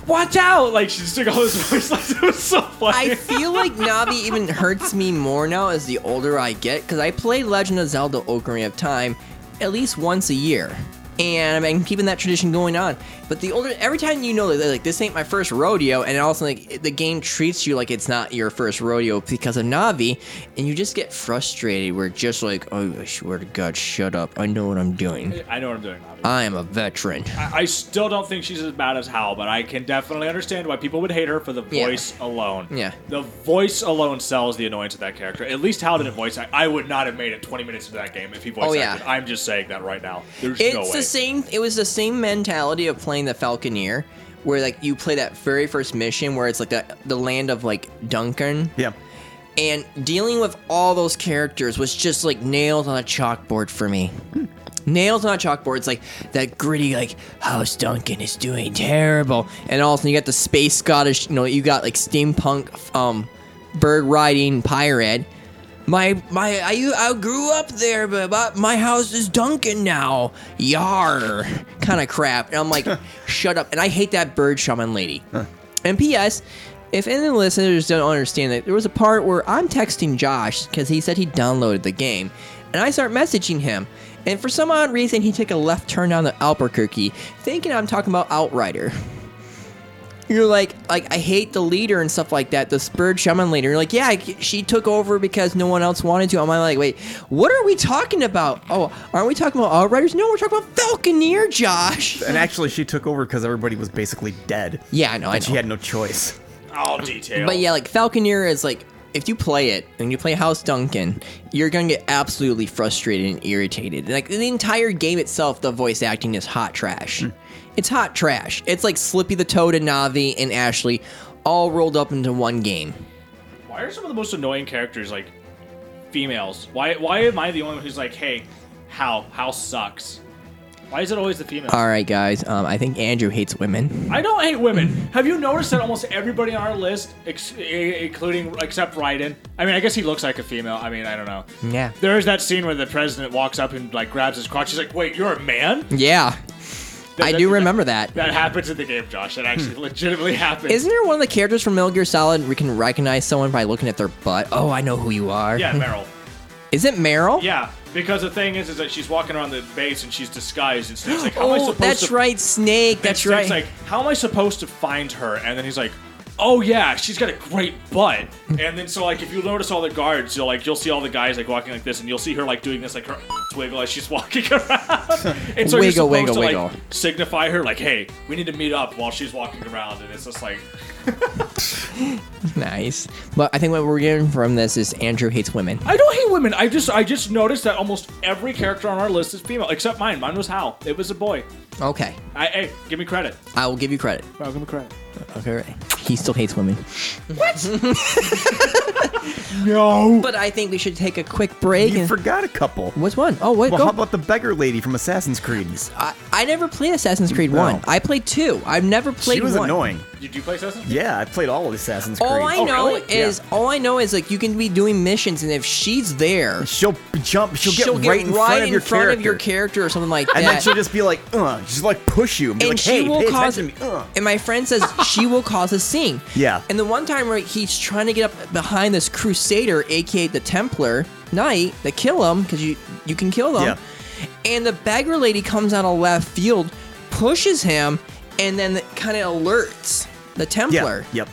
Speaker 3: watch out!" Like she's doing all this <laughs> voice lines. It was so funny.
Speaker 1: I feel like Navi even hurts me more now as the older I get because I play Legend of Zelda: Ocarina of Time at least once a year. and I'm, I'm keeping that tradition going on. But the older, every time you know that like this ain't my first rodeo, and also like it- the game treats you like it's not your first rodeo because of Navi, and you just get frustrated. We're just like, oh, I swear to God, shut up! I know what I'm doing.
Speaker 3: I know what I'm doing, Navi.
Speaker 1: I am a veteran.
Speaker 3: I, I still don't think she's as bad as Hal, but I can definitely understand why people would hate her for the
Speaker 1: Yeah.
Speaker 3: voice alone.
Speaker 1: Yeah.
Speaker 3: The voice alone sells the annoyance of that character. At least Hal didn't voice act. I would not have made it 20 minutes into that game if he voice
Speaker 1: Oh, yeah.
Speaker 3: acted. I'm just saying that right now. There's
Speaker 1: It's
Speaker 3: no way.
Speaker 1: the same. It was the same mentality of playing the Falconeer, where like you play that very first mission where it's like the the land of like Duncan,
Speaker 2: Yeah.
Speaker 1: and dealing with all those characters was just like nails on a chalkboard for me. Nails on a chalkboard. It's like that gritty, like House Duncan is doing terrible, and all of a sudden you got the space Scottish. You know, you got like steampunk, um, bird riding pirate. My my, I I grew up there, but my- my house is Duncan now. Yar, kind of crap. And I'm like, shut up. And I hate that bird shaman lady. And P.S. If any of the listeners don't understand that, there was a part where I'm texting Josh because he said he downloaded the game, and I start messaging him. And for some odd reason, he took a left turn down the Albuquerque, thinking I'm talking about Outrider. You're like, like I hate the leader and stuff like that, the Spurred Shaman leader. You're like, yeah, I- she took over because no one else wanted to. I'm like, wait, what are we talking about? Oh, aren't we talking about Outriders? No, we're talking about
Speaker 2: <laughs>
Speaker 1: Falconeer, Josh.
Speaker 2: And actually, she took over because everybody was basically dead.
Speaker 1: Yeah, I know. I know.
Speaker 2: She had no choice.
Speaker 3: All detail.
Speaker 1: But yeah, like Falconeer is like if you play it and you play House Duncan, you're gonna get absolutely frustrated and irritated. Like the entire game itself, the voice acting is hot trash.
Speaker 2: Hmm.
Speaker 1: It's hot trash. It's like Slippy the Toad and Navi and Ashley all rolled up into one game.
Speaker 3: why are some of the most annoying characters like females? Why why am I the only one who's like, hey, Hal, Hal sucks? Why is it always the female?
Speaker 1: All right, guys. Um, I think Andrew hates women.
Speaker 3: I don't hate women. Have you noticed that almost everybody on our list, ex- i- including except Raiden, I mean, I guess he looks like a female. I mean, I don't know.
Speaker 1: Yeah.
Speaker 3: There is that scene where the president walks up and like grabs his crotch. He's like, "Wait, you're a man?"
Speaker 1: Yeah, I do remember that.
Speaker 3: That happens in the game, Josh. It
Speaker 1: <laughs>
Speaker 3: actually legitimately happens.
Speaker 1: Isn't there one of the characters from Metal Gear Solid we can recognize someone by looking at their butt? Oh, I know who you are.
Speaker 3: yeah, Meryl.
Speaker 1: <laughs> Is it Meryl?
Speaker 3: Yeah, because the thing is, is that she's walking around the base and she's disguised, and Snake's like, "How am I
Speaker 1: Oh,
Speaker 3: supposed
Speaker 1: that's
Speaker 3: to?"
Speaker 1: right, Snake.
Speaker 3: and
Speaker 1: That's
Speaker 3: Snake's
Speaker 1: right.
Speaker 3: like, "How am I supposed to find her?" And then he's like, "Oh yeah, she's got a great <laughs> butt." and then so like, if you notice all the guards, you'll like, you'll see all the guys like walking like this, and you'll see her like doing this like her <laughs> wiggle as she's walking <laughs> around. and so you're
Speaker 1: Wiggle,
Speaker 3: supposed
Speaker 1: wiggle,
Speaker 3: to,
Speaker 1: wiggle.
Speaker 3: Like, signify her like, "Hey, we need to meet up while she's walking around," and it's just like.
Speaker 1: <laughs> Nice. But I think what we're getting from this is Andrew hates women.
Speaker 3: I don't hate women. I just I just noticed that almost every character on our list is female, except mine. Mine was Hal. It was a boy.
Speaker 1: Okay.
Speaker 3: I, hey, give me credit.
Speaker 1: I will give you credit.
Speaker 3: I'll give me credit.
Speaker 1: Okay, right. He still hates women. What? <laughs>
Speaker 3: <laughs>
Speaker 1: no. But I think we should take a quick break.
Speaker 2: You
Speaker 1: and-
Speaker 2: forgot a couple.
Speaker 1: What's one? Oh, wait,
Speaker 2: Well,
Speaker 1: go.
Speaker 2: how about the beggar lady from Assassin's Creed?
Speaker 1: I, I never played Assassin's Creed 1. I played 2. I've never played
Speaker 2: She was
Speaker 1: 1.
Speaker 2: annoying.
Speaker 3: Did you play Assassin's?
Speaker 2: Yeah, I played all of Assassin's Creed. Oh,
Speaker 1: All Oh, I know
Speaker 3: really?
Speaker 1: is all I know is like you can be doing missions and if she's there,
Speaker 2: She'll jump. She'll get
Speaker 1: she'll
Speaker 2: right in front of your character.
Speaker 1: character or something like
Speaker 2: and
Speaker 1: that.
Speaker 2: then she'll just be like, uh, just like push you and be
Speaker 1: and
Speaker 2: like,
Speaker 1: she
Speaker 2: hey,
Speaker 1: will
Speaker 2: pay
Speaker 1: cause.
Speaker 2: attention to me. Uh.
Speaker 1: And my friend says she will cause a scene.
Speaker 2: <laughs> Yeah.
Speaker 1: And the one time where he's trying to get up behind this crusader, aka the Templar knight, to kill him because you you can kill them.
Speaker 2: Yeah.
Speaker 1: And the beggar lady comes out of left field, pushes him, and then kind of alerts the
Speaker 2: Yeah.
Speaker 1: Templar.
Speaker 2: Yep.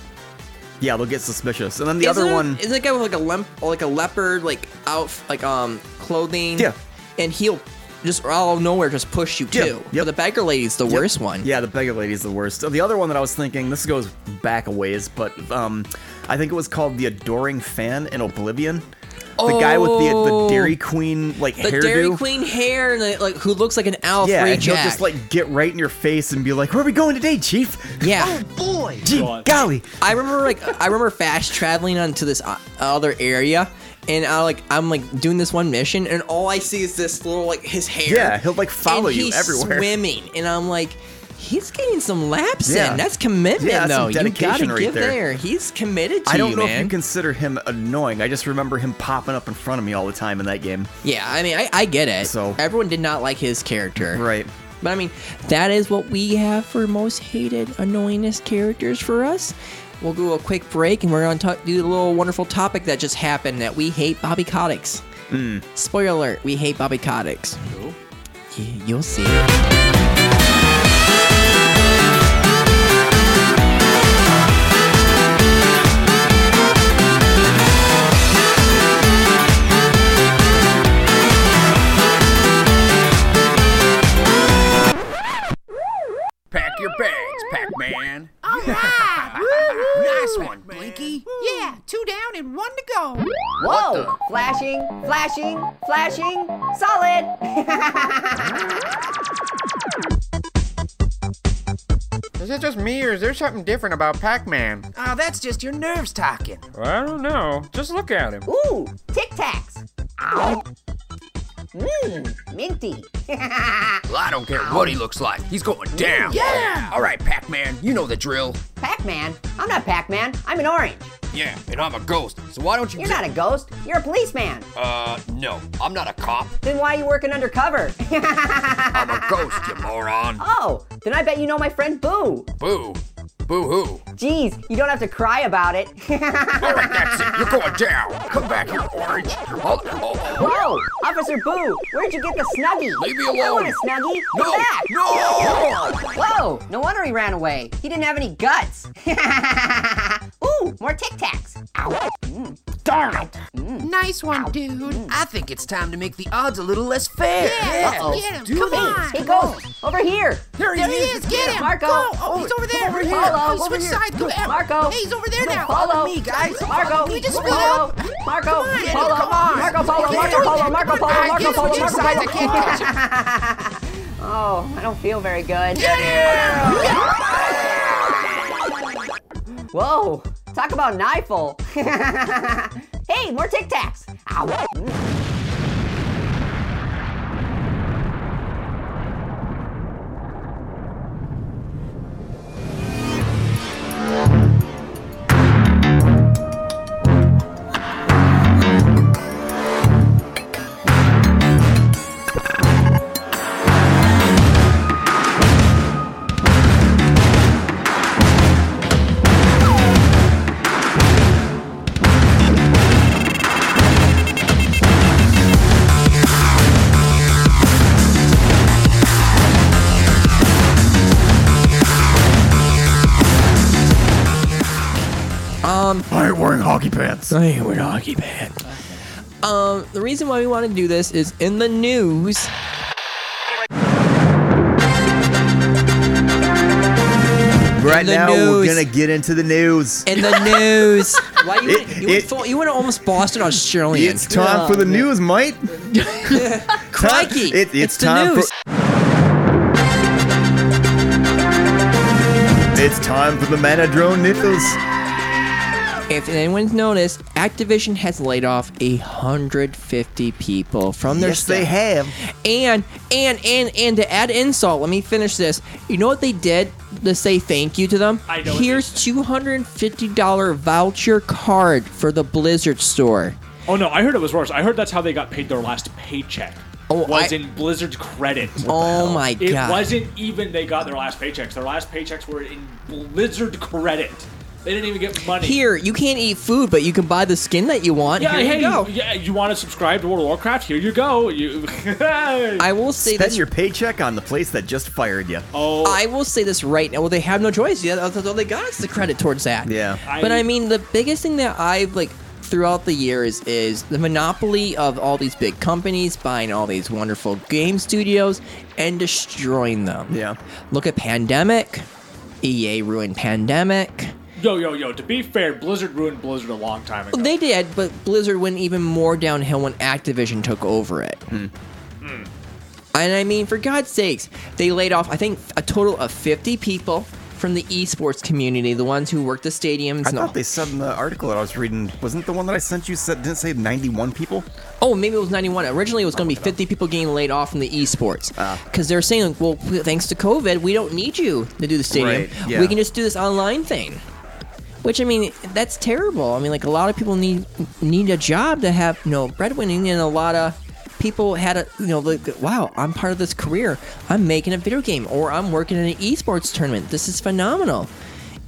Speaker 2: Yeah, they'll get suspicious. And then the
Speaker 1: Isn't
Speaker 2: other
Speaker 1: it-
Speaker 2: one,
Speaker 1: isn't that guy with like a lemp, like a leopard like out like um clothing.
Speaker 2: Yeah.
Speaker 1: And he'll just out of nowhere just push you
Speaker 2: Yeah,
Speaker 1: too.
Speaker 2: yep.
Speaker 1: But the beggar lady's the worst one.
Speaker 2: yeah, the beggar lady's the worst. The other one that I was thinking, this goes back a ways, but um, I think it was called the adoring fan in Oblivion. The guy with the the
Speaker 1: Oh.
Speaker 2: Dairy Queen like
Speaker 1: The
Speaker 2: hairdo.
Speaker 1: Dairy Queen hair and the, like who looks like an owl
Speaker 2: yeah,
Speaker 1: free
Speaker 2: and he'll
Speaker 1: jack.
Speaker 2: just like get right in your face and be like, "Where are we going today, Chief?"
Speaker 1: yeah.
Speaker 4: Boy!
Speaker 2: Gee,
Speaker 3: God.
Speaker 2: Oh, golly,
Speaker 1: I remember like I remember fast traveling onto this o- other area. And I like I'm like doing this one mission, and all I see is this little like his hair.
Speaker 2: Yeah, he'll, like, follow
Speaker 1: and
Speaker 2: you
Speaker 1: he's
Speaker 2: everywhere.
Speaker 1: Swimming, and I'm like, he's getting some laps
Speaker 2: Yeah.
Speaker 1: in. That's commitment,
Speaker 2: Yeah, that's
Speaker 1: though.
Speaker 2: some
Speaker 1: You gotta
Speaker 2: dedication right
Speaker 1: give
Speaker 2: there.
Speaker 1: He's committed to
Speaker 2: I don't know
Speaker 1: man.
Speaker 2: if you consider him annoying. I just remember him popping up in front of me all the time in that game.
Speaker 1: Yeah, I mean, I, I get it.
Speaker 2: So-
Speaker 1: everyone did not like his character,
Speaker 2: Right.
Speaker 1: But I mean, that is what we have for most hated, annoyingest characters for us. We'll do a quick break, and we're going to talk, do a little wonderful topic that just
Speaker 2: Mm.
Speaker 1: happened that we hate Bobby Kotick's. Spoiler alert: We hate Bobby Kotick's. You, you'll see. it.
Speaker 9: Pack your bags, Pac-Man.
Speaker 10: All right. Woo, woo.
Speaker 9: Nice one, Blinky.
Speaker 10: Yeah, two down and one to go.
Speaker 9: What the-
Speaker 11: Flashing, flashing, flashing, solid.
Speaker 9: Is it just me, or is there something different about Pac-Man?
Speaker 10: Oh, that's just your nerves talking.
Speaker 12: I don't know. Just look at him.
Speaker 11: Ooh, Tic Tacs. Ow. Mmm, minty. <laughs> Mm,
Speaker 9: Well, I don't care what he looks like. He's going down.
Speaker 11: Yeah.
Speaker 9: All right, Pac-Man. You know the drill.
Speaker 11: Pac-Man? I'm not Pac-Man. I'm an orange.
Speaker 9: Yeah, and I'm a ghost. So why don't you?
Speaker 11: You're not a ghost. You're a policeman.
Speaker 9: Uh, no. I'm not a cop.
Speaker 11: Then why are you working undercover?
Speaker 9: <laughs> I'm a ghost, you moron.
Speaker 11: oh, then I bet you know my friend Boo.
Speaker 9: Boo. Boo hoo.
Speaker 11: Geez, you don't have to cry about it. <laughs>
Speaker 9: All right, that's it. You're going down. Come back here, orange. Oh, oh, oh.
Speaker 11: Whoa, Officer Boo, where'd you get the Snuggie?
Speaker 9: Leave me
Speaker 11: I don't
Speaker 9: alone.
Speaker 11: want a Snuggie.
Speaker 9: No,
Speaker 11: Come back.
Speaker 9: no.
Speaker 11: Whoa, no wonder he ran away. He didn't have any guts. <laughs> Ooh, more Tic Tacs. Ow.
Speaker 10: Nice one, dude.
Speaker 9: I think it's time to make the odds a little less fair.
Speaker 10: Yeah,
Speaker 11: Uh-oh.
Speaker 10: get him.
Speaker 9: Do
Speaker 10: Come
Speaker 9: this.
Speaker 10: on.
Speaker 11: Hey, Ghost, over here.
Speaker 9: There he,
Speaker 10: There he is. Get him.
Speaker 11: Marco.
Speaker 10: Go. Oh, he's
Speaker 9: Over-
Speaker 10: over there.
Speaker 9: over here.
Speaker 11: Follow.
Speaker 10: He
Speaker 11: Over
Speaker 10: switched
Speaker 9: here.
Speaker 10: sides. Go
Speaker 9: Go.
Speaker 10: out.
Speaker 11: Marco.
Speaker 10: Hey, he's over there
Speaker 11: No,
Speaker 10: now.
Speaker 11: Follow
Speaker 10: me, guys.
Speaker 11: Marco.
Speaker 10: Can we just split
Speaker 11: follow.
Speaker 10: up?
Speaker 11: Marco.
Speaker 10: Come on.
Speaker 11: Follow.
Speaker 10: Come on.
Speaker 11: Marco Polo.
Speaker 10: Get
Speaker 11: Marco
Speaker 10: him.
Speaker 11: Polo. Marco Polo.
Speaker 10: Ah,
Speaker 11: Marco
Speaker 10: get
Speaker 11: Polo.
Speaker 10: him.
Speaker 11: Marco
Speaker 10: Sides. I
Speaker 11: Polo.
Speaker 10: can't catch him.
Speaker 11: Oh, I don't feel very good. Whoa, talk about knifeful. <laughs> hey, more Tic Tacs. Ow.
Speaker 2: I ain't wearing hockey pants.
Speaker 1: I ain't wearing hockey pants. Um, the reason why we want to do this is in the news.
Speaker 2: Right
Speaker 1: The
Speaker 2: now,
Speaker 1: news.
Speaker 2: we're gonna get into the news. <laughs>
Speaker 1: In the news. Why
Speaker 2: It-
Speaker 1: you? went- you, went
Speaker 2: it-
Speaker 1: full- you went almost Boston Australian.
Speaker 2: It's time for the news, mate.
Speaker 1: <laughs> Crikey!
Speaker 2: It- it's
Speaker 1: it's
Speaker 2: time
Speaker 1: the
Speaker 2: for-
Speaker 1: news.
Speaker 2: It's time for the Manadrone news.
Speaker 1: If anyone's noticed, Activision has laid off 150 people from their
Speaker 2: Yes, they
Speaker 1: staff.
Speaker 2: have.
Speaker 1: And and and and to add insult, let me finish this. You know what they did to say thank you to them?
Speaker 3: I know what they
Speaker 1: Here's $250 voucher card for the Blizzard store.
Speaker 3: Oh no, I heard it was worse. I heard that's how they got paid their last paycheck.
Speaker 1: Oh,
Speaker 3: was
Speaker 1: I-
Speaker 3: in Blizzard's credit.
Speaker 1: Oh my
Speaker 3: It
Speaker 1: god.
Speaker 3: wasn't even they got their last paychecks. Their last paychecks were in Blizzard credit. They didn't even get money.
Speaker 1: Here, you can't eat food, but you can buy the skin that you want.
Speaker 3: yeah,
Speaker 1: Here
Speaker 3: hey,
Speaker 1: you go.
Speaker 3: yeah, you want to subscribe to World of Warcraft? Here you go. You, <laughs>
Speaker 1: I will say
Speaker 2: Spend
Speaker 1: this.
Speaker 2: your paycheck on the place that just fired you.
Speaker 3: oh,
Speaker 1: I will say this right now. Well, they have no choice. Yeah, that's that's all they got is the credit towards that.
Speaker 2: Yeah.
Speaker 1: but
Speaker 3: I-
Speaker 1: I mean, the biggest thing that I've like throughout the years is the monopoly of all these big companies buying all these wonderful game studios and destroying them.
Speaker 2: Yeah.
Speaker 1: Look at Pandemic. EA ruined Pandemic.
Speaker 3: yo, yo, yo. To be fair, Blizzard ruined Blizzard a long time ago.
Speaker 1: Well, they did, but Blizzard went even more downhill when Activision took over it.
Speaker 2: Hmm.
Speaker 1: And I mean, for God's sakes, they laid off, I think, a total of 50 people from the esports community, the ones who work the stadiums.
Speaker 2: I
Speaker 1: and all.
Speaker 2: thought they said in the article that I was reading, wasn't the one that I sent you said didn't say 91 people?
Speaker 1: Oh, maybe it was 91. Originally, it was going to be 50 people getting laid off from the esports.
Speaker 2: Ah.
Speaker 1: Because they're saying, like, well, thanks to COVID, we don't need you to do the stadium.
Speaker 2: Right, yeah.
Speaker 1: We can just do this online thing. Which, I mean, that's terrible. I mean, like, a lot of people need need a job to have, you know, breadwinning, and a lot of people had a, you know, like, wow, I'm part of this career. I'm making a video game, or I'm working in an esports tournament. This is phenomenal.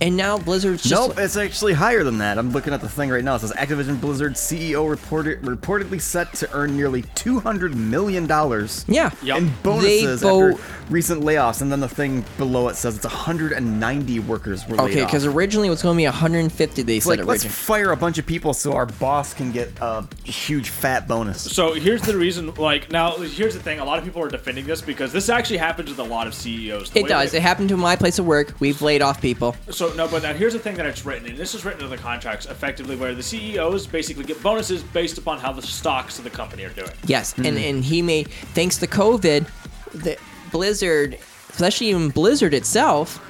Speaker 1: And now Blizzard's just
Speaker 2: nope, it's actually higher than that. I'm looking at the thing right now. It says Activision Blizzard CEO reported, reportedly set to earn nearly 200 million dollars.
Speaker 1: Yeah,
Speaker 2: in bonuses
Speaker 1: They bo-
Speaker 2: after recent layoffs, and then the thing below it says it's 190 workers were laid
Speaker 1: okay
Speaker 2: off.
Speaker 1: because originally it was going to be 150. They
Speaker 2: it's
Speaker 1: said
Speaker 2: like
Speaker 1: it
Speaker 2: let's
Speaker 1: originally.
Speaker 2: fire a bunch of people so our boss can get a huge fat bonus.
Speaker 3: So here's the reason. Like now, here's the thing. A lot of people are defending this because this actually happens with a lot of CEOs. The
Speaker 1: It
Speaker 3: way
Speaker 1: does.
Speaker 3: they-
Speaker 1: It happened to my place of work. We've laid off people.
Speaker 3: So no, but now here's the thing that it's written, and this is written in the contracts effectively, where the CEOs basically get bonuses based upon how the stocks of the company are doing.
Speaker 1: Yes,
Speaker 2: Hmm.
Speaker 1: and
Speaker 3: Mhm.
Speaker 1: and he made thanks to COVID, the Blizzard, especially even Blizzard itself,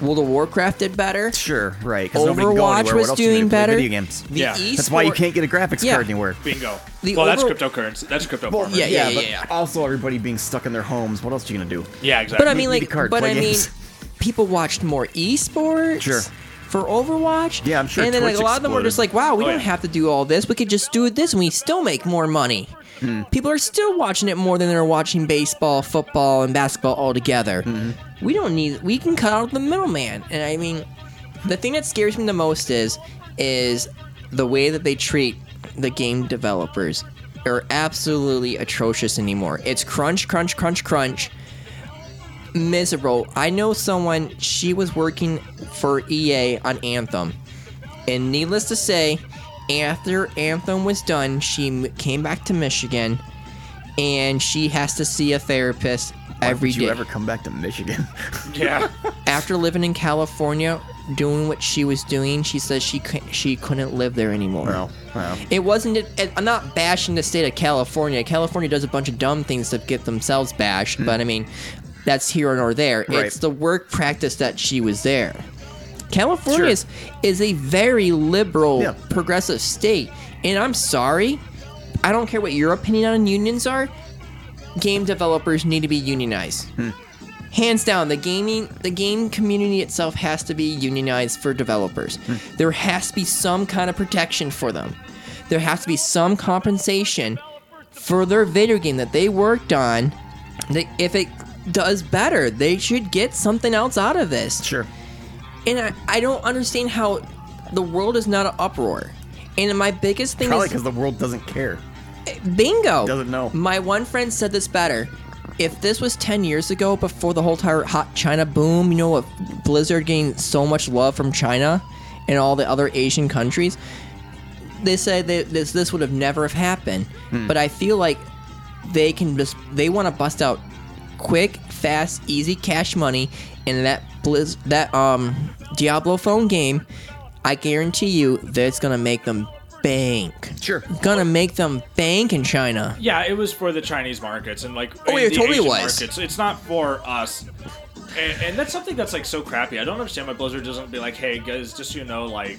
Speaker 1: World of Warcraft did better.
Speaker 2: Sure, right. 'cause nobody can go
Speaker 1: Overwatch
Speaker 2: anywhere.
Speaker 1: was
Speaker 2: What else do you do?
Speaker 1: doing
Speaker 2: Play
Speaker 1: better.
Speaker 2: video games.
Speaker 1: The
Speaker 2: Yeah.
Speaker 1: esport-
Speaker 2: That's why you can't get a graphics
Speaker 1: Yeah.
Speaker 2: card anywhere.
Speaker 3: Bingo.
Speaker 1: The
Speaker 3: well, that's
Speaker 1: over-
Speaker 3: cryptocurrency. That's crypto.
Speaker 2: Well,
Speaker 3: farmers.
Speaker 2: yeah, yeah, but Also, everybody being stuck in their homes. What else are you gonna do?
Speaker 3: Yeah,
Speaker 1: But I mean,
Speaker 2: Need a
Speaker 1: like,
Speaker 2: card,
Speaker 1: but
Speaker 2: play
Speaker 1: I mean,
Speaker 2: games.
Speaker 1: people watched more esports.
Speaker 2: Sure.
Speaker 1: For Overwatch,
Speaker 2: Yeah, I'm sure
Speaker 1: and then like
Speaker 2: Twitch
Speaker 1: a lot of them were just like,
Speaker 2: exploded.
Speaker 1: "Wow, we
Speaker 2: Oh,
Speaker 1: don't
Speaker 2: yeah.
Speaker 1: have to do all this. We could just do this, and we still make more money."
Speaker 2: Hmm.
Speaker 1: People are still watching it more than they're watching baseball, football, and basketball all together.
Speaker 2: Mm-hmm.
Speaker 1: We don't need. We can cut out the middleman. And I mean, the thing that scares me the most is, is the way that they treat the game developers are absolutely atrocious anymore. It's crunch, crunch, crunch, crunch miserable. I know someone, she was working for EA on Anthem. And needless to say, after Anthem was done, she m- came back to Michigan and she has to see a therapist
Speaker 2: Why
Speaker 1: every
Speaker 2: would
Speaker 1: day.
Speaker 2: you ever come back to Michigan?
Speaker 3: <laughs>
Speaker 2: <laughs>
Speaker 3: Yeah.
Speaker 1: after living in California, doing what she was doing, she says she cou- she couldn't live there anymore.
Speaker 2: Well, well.
Speaker 1: It wasn't. It, it- I'm not bashing the state of California. California does a bunch of dumb things to get themselves bashed, but I mean, that's here nor there.
Speaker 2: Hmm. Right.
Speaker 1: It's the work practice that she was there. California is, is a very liberal,
Speaker 2: Yeah.
Speaker 1: progressive state, and I'm sorry, I don't care what your opinion on unions are. Game developers need to be unionized. Hands down, the gaming the game community itself has to be unionized for developers.
Speaker 2: Hmm.
Speaker 1: There has to be some kind of protection for them. There has to be some compensation for their video game that they worked on. They, if it does better, they should get something else out of this.
Speaker 2: Sure.
Speaker 1: And I, I don't understand how the world is not an uproar. And my biggest thing
Speaker 2: Probably
Speaker 1: is
Speaker 2: because the world doesn't care.
Speaker 1: Bingo.
Speaker 2: Doesn't know.
Speaker 1: My one friend said this better. If this was 10 years ago, before the whole entire hot China boom, you know what? Blizzard gained so much love from China and all the other Asian countries. They said that this, this would have never have happened.
Speaker 2: Hmm.
Speaker 1: But I feel like they can just, they want to bust out quick, fast, easy cash money. And that Blizz, that um Diablo phone game, I guarantee you that's going to make them bank.
Speaker 2: Sure.
Speaker 1: Gonna make them bank in China.
Speaker 3: Yeah, it was for the Chinese markets and like
Speaker 1: Oh,
Speaker 3: and
Speaker 1: yeah,
Speaker 3: the
Speaker 1: totally
Speaker 3: Asian
Speaker 1: was.
Speaker 3: Markets. It's not for us. And, and that's something that's like so crappy. I don't understand why Blizzard doesn't be like, hey guys, just so you know, like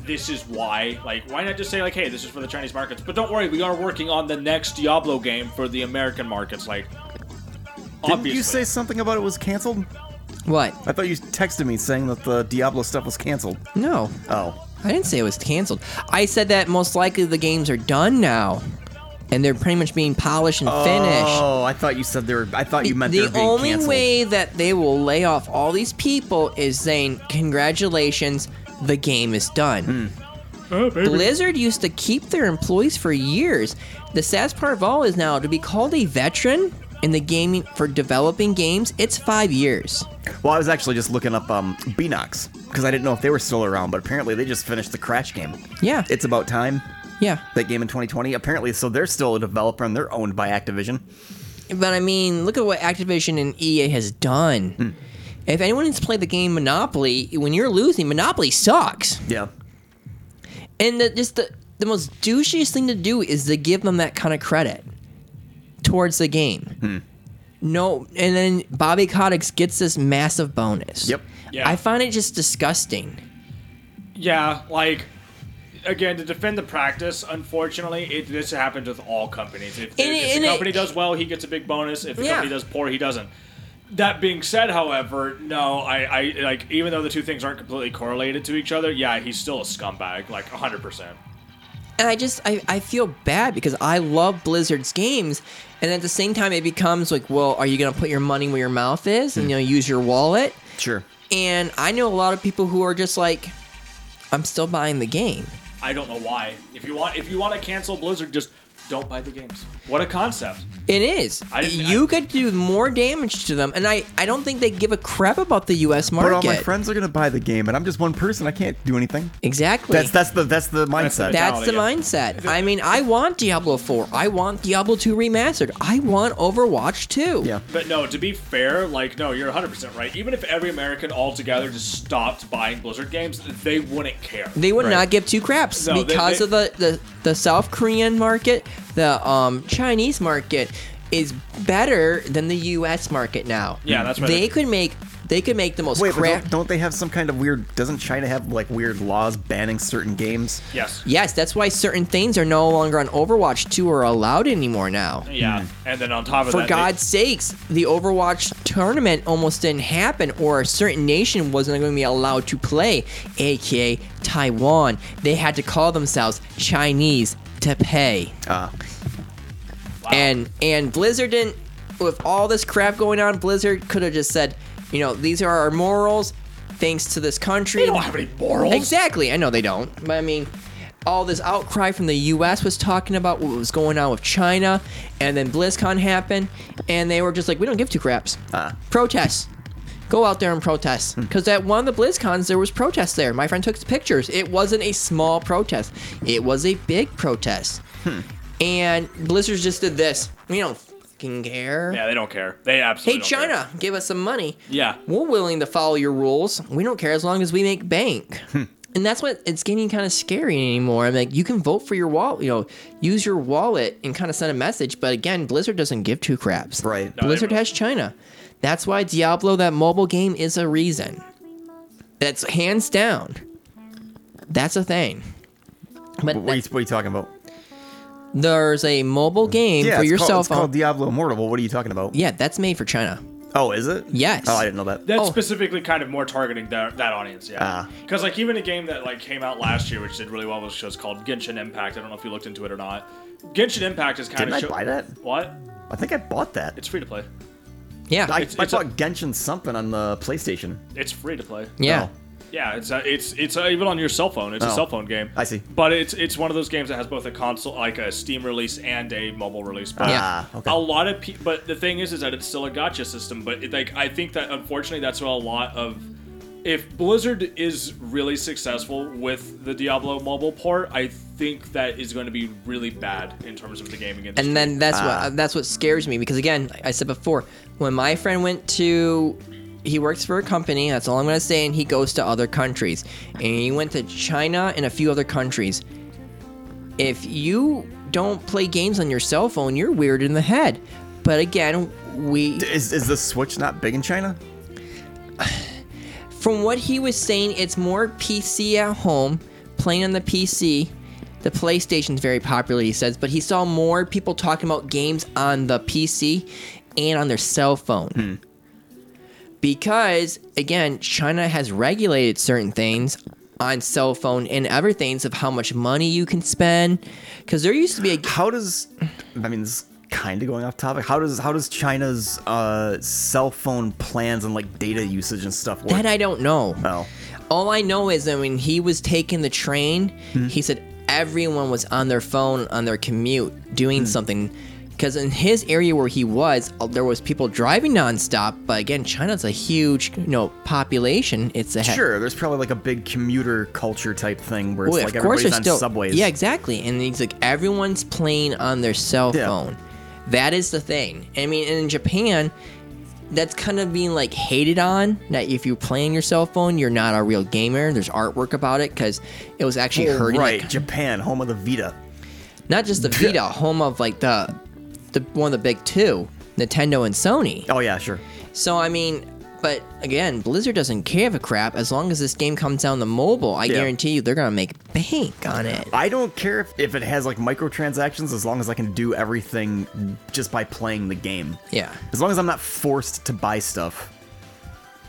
Speaker 3: this is why. Like, why not just say like, hey, this is for the Chinese markets? But don't worry, we are working on the next Diablo game for the American markets. Like,
Speaker 2: Didn't
Speaker 3: obviously,
Speaker 2: you say something about it was canceled?
Speaker 1: What?
Speaker 2: I thought you texted me saying that the Diablo stuff was canceled.
Speaker 1: No.
Speaker 2: Oh.
Speaker 1: I didn't say it was canceled. I said that most likely the games are done now, and they're pretty much being polished and finished.
Speaker 2: Oh, I thought you said they were. I thought you meant they
Speaker 1: The
Speaker 2: were being
Speaker 1: only
Speaker 2: canceled.
Speaker 1: way that they will lay off all these people is saying, "Congratulations, the game is done."
Speaker 2: Hmm.
Speaker 1: Blizzard used to keep their employees for years. The SAS Parval is now to be called a veteran in the gaming for developing games. It's five years.
Speaker 2: Well, I was actually just looking up um, Beanox because I didn't know if they were still around, but apparently they just finished the Crash game.
Speaker 1: Yeah.
Speaker 2: It's about time.
Speaker 1: Yeah.
Speaker 2: That game in 2020. Apparently, so they're still a developer and they're owned by Activision.
Speaker 1: But I mean, look at what Activision and EA has done. If anyone has played the game Monopoly, when you're losing, Monopoly sucks.
Speaker 2: Yeah.
Speaker 1: And the, just the the most douchiest thing to do is to give them that kind of credit towards the game. No, and then Bobby Kotick gets this massive bonus. Yep.
Speaker 3: Yeah.
Speaker 1: I find it just disgusting.
Speaker 3: yeah, like. Again, to defend the practice, unfortunately, it, this happens with all companies. If,
Speaker 1: And it-
Speaker 3: if
Speaker 1: and
Speaker 3: the
Speaker 1: it-
Speaker 3: company does well, he gets a big bonus. If the
Speaker 1: Yeah.
Speaker 3: company does poor, he doesn't. That being said, however, no, I, I like even though the two things aren't completely correlated to each other, yeah, he's still a scumbag, like 100. percent
Speaker 1: And I just I, I feel bad because I love Blizzard's games, and at the same time it becomes like, well, are you gonna put your money where your mouth is and you know use your wallet?
Speaker 2: Sure.
Speaker 1: And I know a lot of people who are just like, I'm still buying the game.
Speaker 3: I don't know why. If you want, if you want to cancel Blizzard, just don't buy the games. What a concept.
Speaker 1: It is. you could do more damage to them, and I, I don't think they give a crap about the U.S. market.
Speaker 2: But all my friends are gonna buy the game, and I'm just one person. I can't do anything.
Speaker 1: Exactly.
Speaker 2: That's that's the that's the mindset.
Speaker 1: That's the mindset. I mean, I want Diablo 4. I want Diablo 2 remastered. I want Overwatch 2. Yeah.
Speaker 3: But no, to be fair, like no, you're 100% right. Even if every American altogether just stopped buying Blizzard games, they wouldn't care.
Speaker 1: They would not give two craps
Speaker 3: No, they-
Speaker 1: because
Speaker 3: they-
Speaker 1: of the, the the South Korean market, the um Chinese market is better than the U.S. market now.
Speaker 2: Yeah, that's right.
Speaker 1: They could make they could make the most
Speaker 2: Wait, but
Speaker 1: crap.
Speaker 2: don't, don't they have some kind of weird? Doesn't China have like weird laws banning certain games?
Speaker 3: Yes.
Speaker 1: Yes, that's why certain things are no longer on Overwatch 2 or allowed anymore now.
Speaker 3: Yeah. And then on top of
Speaker 1: For
Speaker 3: that,
Speaker 1: God's sakes, the Overwatch tournament almost didn't happen, or a certain nation wasn't going to be allowed to play, aka Taiwan. They had to call themselves Chinese to pay. And and Blizzard didn't. With all this crap going on, Blizzard could have just said, you know, these are our morals. Thanks to this country,
Speaker 3: They don't have any morals.
Speaker 1: Exactly. I know they don't, but I mean, all this outcry from the U.S. was talking about what was going on with China, and then BlizzCon happened, and they were just like, we don't give two craps. Protests. Go out there and protest. Because at one of the BlizzCons, there was protests there. My friend took pictures. It wasn't a small protest. It was a big protest. And Blizzard just did this. We don't fucking care.
Speaker 3: Yeah, they don't care. They absolutely
Speaker 1: Hey,
Speaker 3: don't care.
Speaker 1: China, give us some money.
Speaker 3: Yeah.
Speaker 1: We're willing to follow your rules. We don't care as long as we make bank.
Speaker 2: Hmm.
Speaker 1: and that's what it's getting kind of scary anymore. I'm like, you can vote for your wallet, you know, use your wallet and kind of send a message. But again, Blizzard doesn't give two craps. Right.
Speaker 2: No, they
Speaker 1: Blizzard has China. That's why Diablo, that mobile game, is a reason. That's hands down. That's a thing. But
Speaker 2: what, are you, what are you talking about?
Speaker 1: There's a mobile game
Speaker 2: yeah,
Speaker 1: for
Speaker 2: it's
Speaker 1: your
Speaker 2: called,
Speaker 1: cell
Speaker 2: it's
Speaker 1: phone.
Speaker 2: called Diablo Immortal. but What are you talking about?
Speaker 1: yeah, that's made for China.
Speaker 2: Oh, is it?
Speaker 1: Yes.
Speaker 2: Oh, Ah. I didn't know that.
Speaker 3: That's specifically kind of more targeting that, that audience, yeah. Because like even a game that like came out last year, which did really well, was just called Genshin Impact. I don't know if you looked into it or not. Genshin Impact is kind
Speaker 2: Didn't
Speaker 3: of
Speaker 2: I buy that?
Speaker 3: What?
Speaker 2: I think I bought that. It's
Speaker 3: free to play.
Speaker 1: Yeah,
Speaker 2: I,
Speaker 3: It's-
Speaker 2: I
Speaker 3: it's a-
Speaker 2: bought Genshin something on the PlayStation.
Speaker 3: It's free to play.
Speaker 2: Yeah.
Speaker 3: Yeah, it's uh, it's it's uh, even on your cell phone. It's a
Speaker 2: Oh.
Speaker 3: cell phone game.
Speaker 2: I see.
Speaker 3: But it's it's one of those games that has both a console, like a Steam release, and a mobile release. But
Speaker 2: Ah, okay.
Speaker 3: A lot of people, but the thing is, is that it's still a gotcha system. But it, like, I think that unfortunately, that's what a lot of if Blizzard is really successful with the Diablo mobile port, I think that is going to be really bad in terms of the gaming industry.
Speaker 1: And then that's what that's what scares me because again, I said before, when my friend went to he works for a company, that's all I'm going to say, and he goes to other countries. And he went to China and a few other countries. If you don't play games on your cell phone, you're weird in the head. But again, we
Speaker 2: Is, is the Switch not big in China?
Speaker 1: From what he was saying, it's more PC at home, playing on the PC. The PlayStation's very popular, he says, but he saw more people talking about games on the PC and on their cell phone. Because, again, China has regulated certain things on cell phone and other things of how much money you can spend. Because there used to be a.
Speaker 2: How does. I mean, this is kind of going off topic. How does how does China's uh, cell phone plans and like data usage and stuff work?
Speaker 1: That uh, I don't know.
Speaker 2: Oh.
Speaker 1: All I know is that when he was taking the train, he said everyone was on their phone on their commute doing something. Because in his area where he was, uh, there was people driving nonstop. But again, China's a huge, you know, population. It's a he-
Speaker 2: Sure, there's probably like a big commuter culture type thing where it's
Speaker 1: Well,
Speaker 2: like
Speaker 1: Oh, of course,
Speaker 2: everybody's
Speaker 1: there's
Speaker 2: on
Speaker 1: still
Speaker 2: subways.
Speaker 1: yeah, exactly. And he's like, everyone's playing on their cell phone. That is the thing. I mean, and in Japan, that's kind of being like hated on. That if you're playing your cell phone, you're not a real gamer. There's artwork about it because it was actually
Speaker 2: Oh,
Speaker 1: hurting.
Speaker 2: right, Japan, home of the Vita.
Speaker 1: Not
Speaker 2: <laughs>
Speaker 1: just the Vita, home of like the, the one of the big two, Nintendo and Sony.
Speaker 2: Oh yeah, sure.
Speaker 1: So I mean, but again, Blizzard doesn't give a crap as long as this game comes out on the mobile. I
Speaker 2: Yeah.
Speaker 1: guarantee you, they're gonna make bank on it.
Speaker 2: I don't care if, if it has like microtransactions as long as I can do everything just by playing the game.
Speaker 1: Yeah.
Speaker 2: As long as I'm not forced to buy stuff.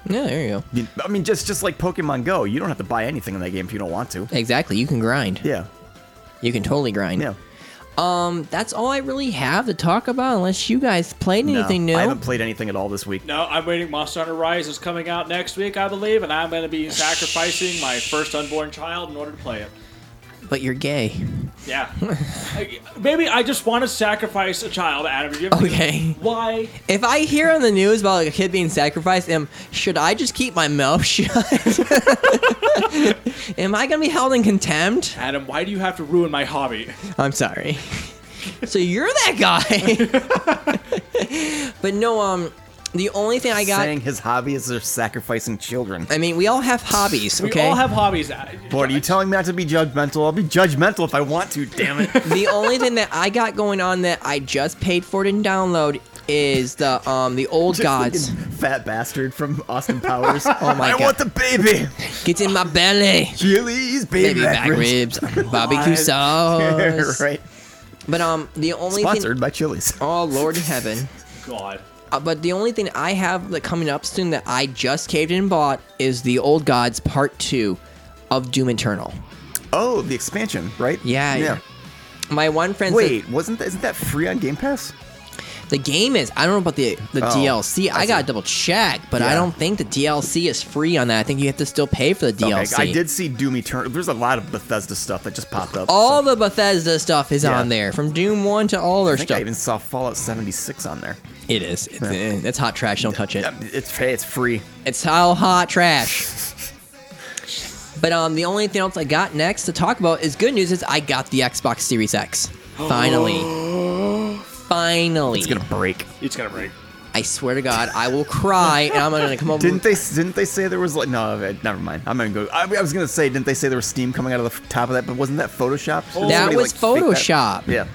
Speaker 1: Yeah, there you go.
Speaker 2: You- I mean, just just like Pokemon Go, you don't have to buy anything in that game if you don't want to.
Speaker 1: Exactly. You can grind.
Speaker 2: Yeah.
Speaker 1: You can totally grind.
Speaker 2: Yeah.
Speaker 1: Um, that's all I really have to talk about, unless you guys played
Speaker 2: No,
Speaker 1: anything new.
Speaker 2: I haven't played anything at all this week.
Speaker 3: No, I'm waiting. Monster Hunter Rise is coming out next week, I believe, and I'm going to
Speaker 1: <laughs>
Speaker 3: be sacrificing my first unborn child in order to play it.
Speaker 1: But you're gay.
Speaker 3: Yeah. I- Maybe I just want to sacrifice a child, Adam. Do you ever-
Speaker 1: Okay.
Speaker 3: Why?
Speaker 1: If I hear on the news about like, a kid being sacrificed, am should I just keep my mouth <laughs> shut? am I gonna be held in contempt?
Speaker 3: Adam, why do you have to ruin my hobby?
Speaker 1: I'm sorry. so you're that guy.
Speaker 2: <laughs>
Speaker 1: but no, um, the only thing I got.
Speaker 2: Saying his hobby is they're sacrificing children.
Speaker 1: I mean, we all have hobbies.
Speaker 3: We
Speaker 1: Okay.
Speaker 3: all have hobbies. I-
Speaker 2: Boy, are you telling me not to be judgmental? I'll be judgmental if I want to. Damn
Speaker 1: <laughs>
Speaker 2: it.
Speaker 1: the only thing that I got going on that I just paid for it and download is the um the old
Speaker 2: Just
Speaker 1: gods.
Speaker 2: fucking Fat bastard from Austin Powers.
Speaker 1: <laughs> Oh my
Speaker 2: I
Speaker 1: god.
Speaker 2: want the baby.
Speaker 1: Gets in my belly.
Speaker 2: Chili's baby,
Speaker 1: back ribs.
Speaker 2: <laughs>
Speaker 1: Barbecue
Speaker 2: What? Yeah, <laughs>
Speaker 1: sauce.
Speaker 2: right.
Speaker 1: But um the only
Speaker 2: Sponsored
Speaker 1: thing
Speaker 2: by Chili's.
Speaker 1: Oh Lord in heaven.
Speaker 3: God.
Speaker 1: Uh, but the only thing I have that coming up soon that I just caved in and bought is the Old Gods Part Two of Doom Eternal.
Speaker 2: Oh, the expansion, right?
Speaker 1: Yeah.
Speaker 2: Yeah.
Speaker 1: My one friend. said-
Speaker 2: Wait, wasn't that, isn't that free on Game Pass?
Speaker 1: The game is. I don't know about the the
Speaker 2: Oh,
Speaker 1: DLC. I, gotta double check, but I
Speaker 2: Yeah.
Speaker 1: don't think the DLC is free on that. I think you have to still pay for the DLC.
Speaker 2: Okay, I did see Doom Eternal. There's a lot of Bethesda stuff that just popped up.
Speaker 1: All the Bethesda stuff is
Speaker 2: Yeah.
Speaker 1: on there, from Doom One to all their
Speaker 2: I think
Speaker 1: stuff.
Speaker 2: I even saw Fallout 76 on there.
Speaker 1: It is. It's, eh, it's hot trash. Don't touch it.
Speaker 2: It's hey, it's free.
Speaker 1: It's how hot
Speaker 2: <laughs>
Speaker 1: trash. but um, the only thing else I got next to talk about is good news. Is I got the Xbox Series X. Finally.
Speaker 2: <gasps>
Speaker 1: Finally.
Speaker 2: It's gonna break.
Speaker 3: It's going to break.
Speaker 1: I swear to God, I will cry, and I'm gonna come over.
Speaker 2: Didn't they? Didn't they say there was like? No, eh, never mind. I'm gonna go. I, I was gonna say, didn't they say there was steam coming out of the f- top of that? But wasn't that Photoshop? Didn't
Speaker 1: That
Speaker 2: somebody,
Speaker 1: was
Speaker 2: fake that?
Speaker 1: Photoshop.
Speaker 2: Yeah,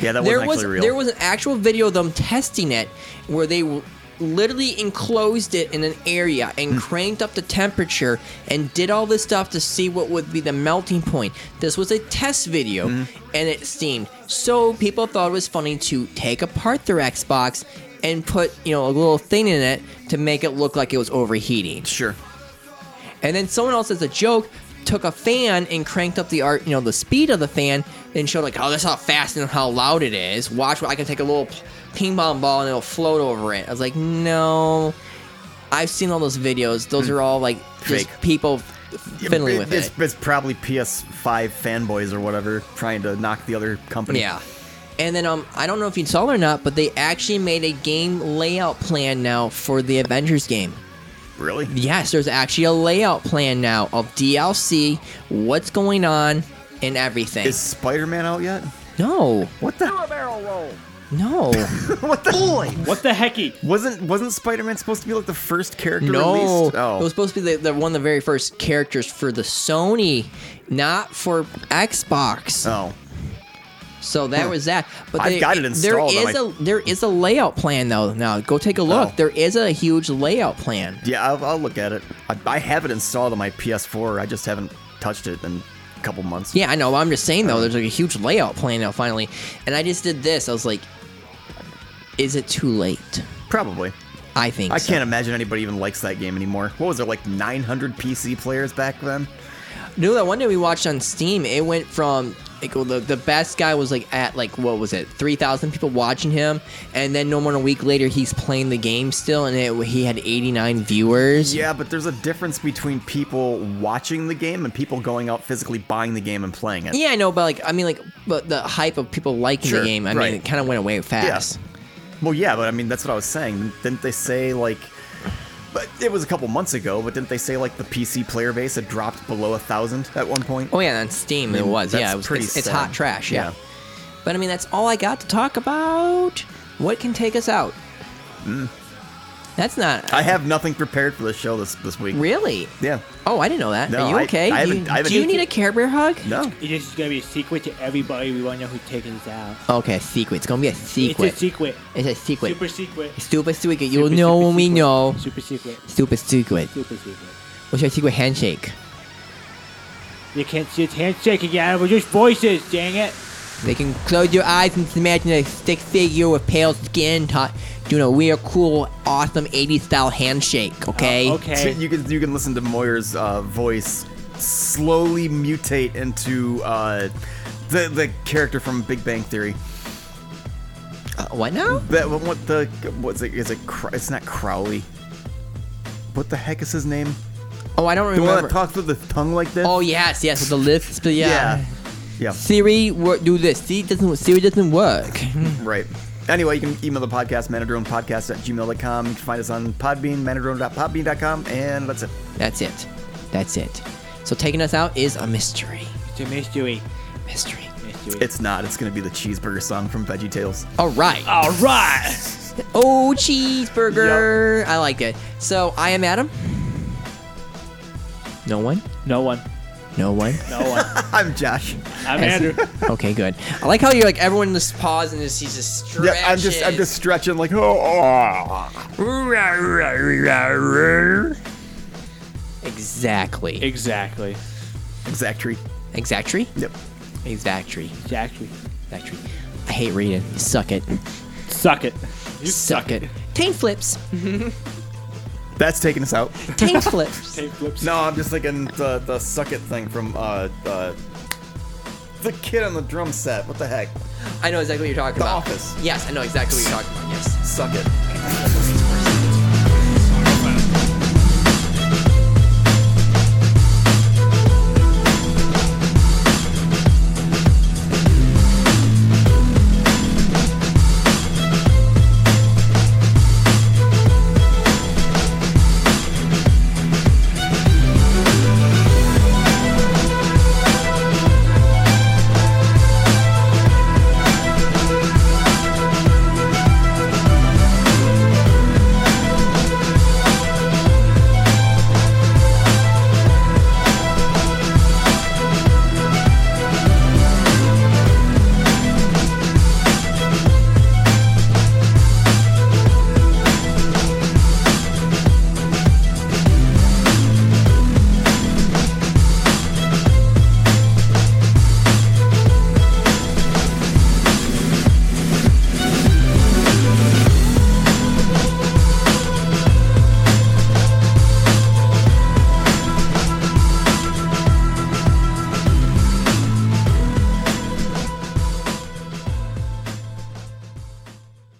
Speaker 2: yeah, that
Speaker 1: there
Speaker 2: wasn't
Speaker 1: was
Speaker 2: actually real.
Speaker 1: there was an actual video of them testing it where they w- literally enclosed it in an area
Speaker 2: Hmm.
Speaker 1: and cranked up the temperature and did all this stuff to see what would be the melting point this was a test video
Speaker 2: Hmm.
Speaker 1: and it steamed so people thought it was funny to take apart their xbox and put you know a little thing in it to make it look like it was overheating
Speaker 2: sure
Speaker 1: and then someone else, as a joke, took a fan and cranked up the art, you know, the speed of the fan, and showed like, oh, that's how fast and how loud it is. Watch, I can take a little p- ping pong ball and it'll float over it. I was like, no, I've seen all those videos. Those are all like just
Speaker 2: Hmm. Fake.
Speaker 1: people f-
Speaker 2: Yeah,
Speaker 1: fiddling
Speaker 2: it-
Speaker 1: with
Speaker 2: it's,
Speaker 1: it.
Speaker 2: it's probably PS5 fanboys or whatever trying to knock the other company.
Speaker 1: Yeah. And then um, I don't know if you saw it or not, but they actually made a game layout plan now for the Avengers game.
Speaker 2: Really?
Speaker 1: Yes, there's actually a layout plan now of DLC, what's going on, and everything.
Speaker 2: Is Spider-Man out yet?
Speaker 1: No.
Speaker 2: What the? <laughs>
Speaker 1: No.
Speaker 2: what the? Boy.
Speaker 3: What the hecky?
Speaker 2: Wasn't wasn't Spider-Man supposed to be like the first character <laughs>
Speaker 1: no.
Speaker 2: released? Oh.
Speaker 1: It was supposed to be the, the one of the very first characters for the Sony, not for Xbox.
Speaker 2: Oh.
Speaker 1: So that
Speaker 2: Huh.
Speaker 1: was that. But
Speaker 2: I've
Speaker 1: they,
Speaker 2: got it installed
Speaker 1: There
Speaker 2: on
Speaker 1: is
Speaker 2: my-
Speaker 1: a there is a layout plan though. Now go take a look.
Speaker 2: Oh.
Speaker 1: There is a huge layout plan.
Speaker 2: Yeah, I'll, I'll look at it. I, I have it installed on my PS4. I just haven't touched it in a couple months.
Speaker 1: Yeah, I know. I'm just saying
Speaker 2: Hmm.
Speaker 1: though. There's like a huge layout plan now finally, and I just did this. I was like, is it too late?
Speaker 2: Probably.
Speaker 1: I think.
Speaker 2: I
Speaker 1: so.
Speaker 2: can't imagine anybody even likes that game anymore. What was there like 900 PC players back then?
Speaker 1: No, that one day we watched on Steam, it went from like well, the the best guy was like at like what was it, three thousand people watching him, and then no more than a week later he's playing the game still, and it, he had eighty nine viewers.
Speaker 2: Yeah, but there's a difference between people watching the game and people going out physically buying the game and playing it.
Speaker 1: Yeah, I know, but like I mean, like but the hype of people liking
Speaker 2: Sure,
Speaker 1: the game, I
Speaker 2: right.
Speaker 1: mean, it kind of went away fast.
Speaker 2: Well, yeah, but I mean, that's what I was saying. Didn't they say, like, but it was a couple months ago, but didn't they say, like, the PC player base had dropped below a thousand at one point?
Speaker 1: Oh yeah, on Steam
Speaker 2: I
Speaker 1: it
Speaker 2: mean,
Speaker 1: was. Yeah,
Speaker 2: Mm, that's
Speaker 1: it was.
Speaker 2: pretty
Speaker 1: It's, it's
Speaker 2: sad.
Speaker 1: hot trash. Yeah.
Speaker 2: Yeah.
Speaker 1: but I mean that's all I got to talk about. What can take us out? That's not
Speaker 2: Mm. I have nothing prepared for the show this this week.
Speaker 1: really.
Speaker 2: Yeah.
Speaker 1: Oh, I didn't know that.
Speaker 2: No,
Speaker 1: Are you
Speaker 2: I-
Speaker 1: okay?
Speaker 2: I
Speaker 1: Do you-
Speaker 2: haven't- I haven't-
Speaker 1: do you need a Care Bear hug?
Speaker 2: No.
Speaker 13: This is gonna be a secret to everybody. We wanna know who's taking us out.
Speaker 1: Okay, secret. It's gonna be a secret.
Speaker 13: It's a secret.
Speaker 1: It's a secret.
Speaker 13: Super secret.
Speaker 1: Super secret. You'll
Speaker 13: Super,
Speaker 1: know
Speaker 13: super
Speaker 1: when we
Speaker 13: secret.
Speaker 1: know.
Speaker 13: Super secret.
Speaker 1: Super secret.
Speaker 13: Super secret.
Speaker 1: What's your secret handshake?
Speaker 13: You can't see his handshake again. We're just voices. Dang it.
Speaker 1: They can close your eyes and imagine a stick figure with pale skin ta- doing a weird, cool, awesome 80s style
Speaker 13: Oh,
Speaker 1: handshake, okay?
Speaker 2: So you can you can listen to Moyer's uh, voice slowly mutate into uh, The the character from Big Bang Theory.
Speaker 1: Uh, what now?
Speaker 2: That what, what the what's it? Is it? Crow- It's not Crowley. What the heck is his name?
Speaker 1: Oh, I don't
Speaker 2: The one
Speaker 1: remember.
Speaker 2: that talks with the tongue like this.
Speaker 1: Oh yes, yes, with the lips. But yeah.
Speaker 2: Yeah. Yeah.
Speaker 1: Siri, wor- do this. Siri doesn't. Siri doesn't work.
Speaker 2: Right. Anyway, you can email the podcast, manadronepodcast at gmail.com. You can find us on Podbean, manadrone.podbean.com, and that's it.
Speaker 1: That's it. That's it. So taking us out is a mystery.
Speaker 14: It's a mystery.
Speaker 1: Mystery.
Speaker 2: It's not. It's going to be the cheeseburger song from Veggie Tales.
Speaker 1: All right. All
Speaker 15: right.
Speaker 1: Oh, cheeseburger. I like it. So I am Adam. No one.
Speaker 15: No one.
Speaker 1: No one.
Speaker 15: No one.
Speaker 2: I'm Josh.
Speaker 15: I'm
Speaker 1: Yes.
Speaker 15: Andrew.
Speaker 1: <laughs> okay, good. I like how you're like everyone just pause and just he's just stretching.
Speaker 2: Yeah, I'm just, I'm just stretching like, oh.
Speaker 1: Exactly.
Speaker 15: <laughs> Exactly.
Speaker 2: Exactry.
Speaker 1: Exactry.
Speaker 2: Yep.
Speaker 1: Exactry.
Speaker 14: Exactly.
Speaker 1: Exactry. I hate reading. Suck it.
Speaker 15: Suck it.
Speaker 1: You suck, it. Taint flips.
Speaker 2: That's taking us out.
Speaker 1: Taint flips.
Speaker 15: Taint flips.
Speaker 2: No, I'm just thinking the, the suck it thing from uh, the, the kid on the drum set. What the heck?
Speaker 1: I know exactly what you're talking
Speaker 2: The
Speaker 1: about.
Speaker 2: Office.
Speaker 1: Yes, I know exactly what you're talking about. Yes.
Speaker 2: Suck it.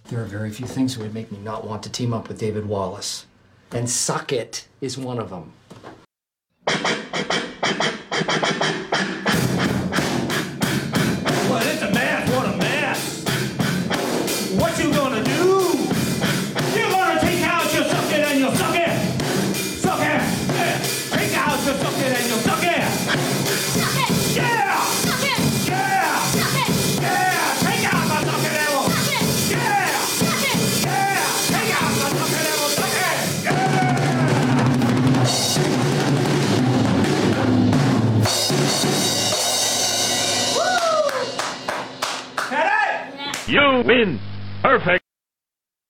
Speaker 7: There are very few things that would make me not want to team up with David Wallace. And Suck It is one of them.
Speaker 3: Well, it's a mess. What a mess. What you gonna do? You're gonna take out your suck it and your suck it. Suck it. Yeah. Take out your suck it and your suck it. Suck it. Yeah. Suck it. Yeah. Suck it. Yeah. Take out my suck it and will suck it. Yeah. Suck it. Yeah. Take out my suck it and will suck it. Yeah. Woo! Get it?
Speaker 16: You win. Perfect.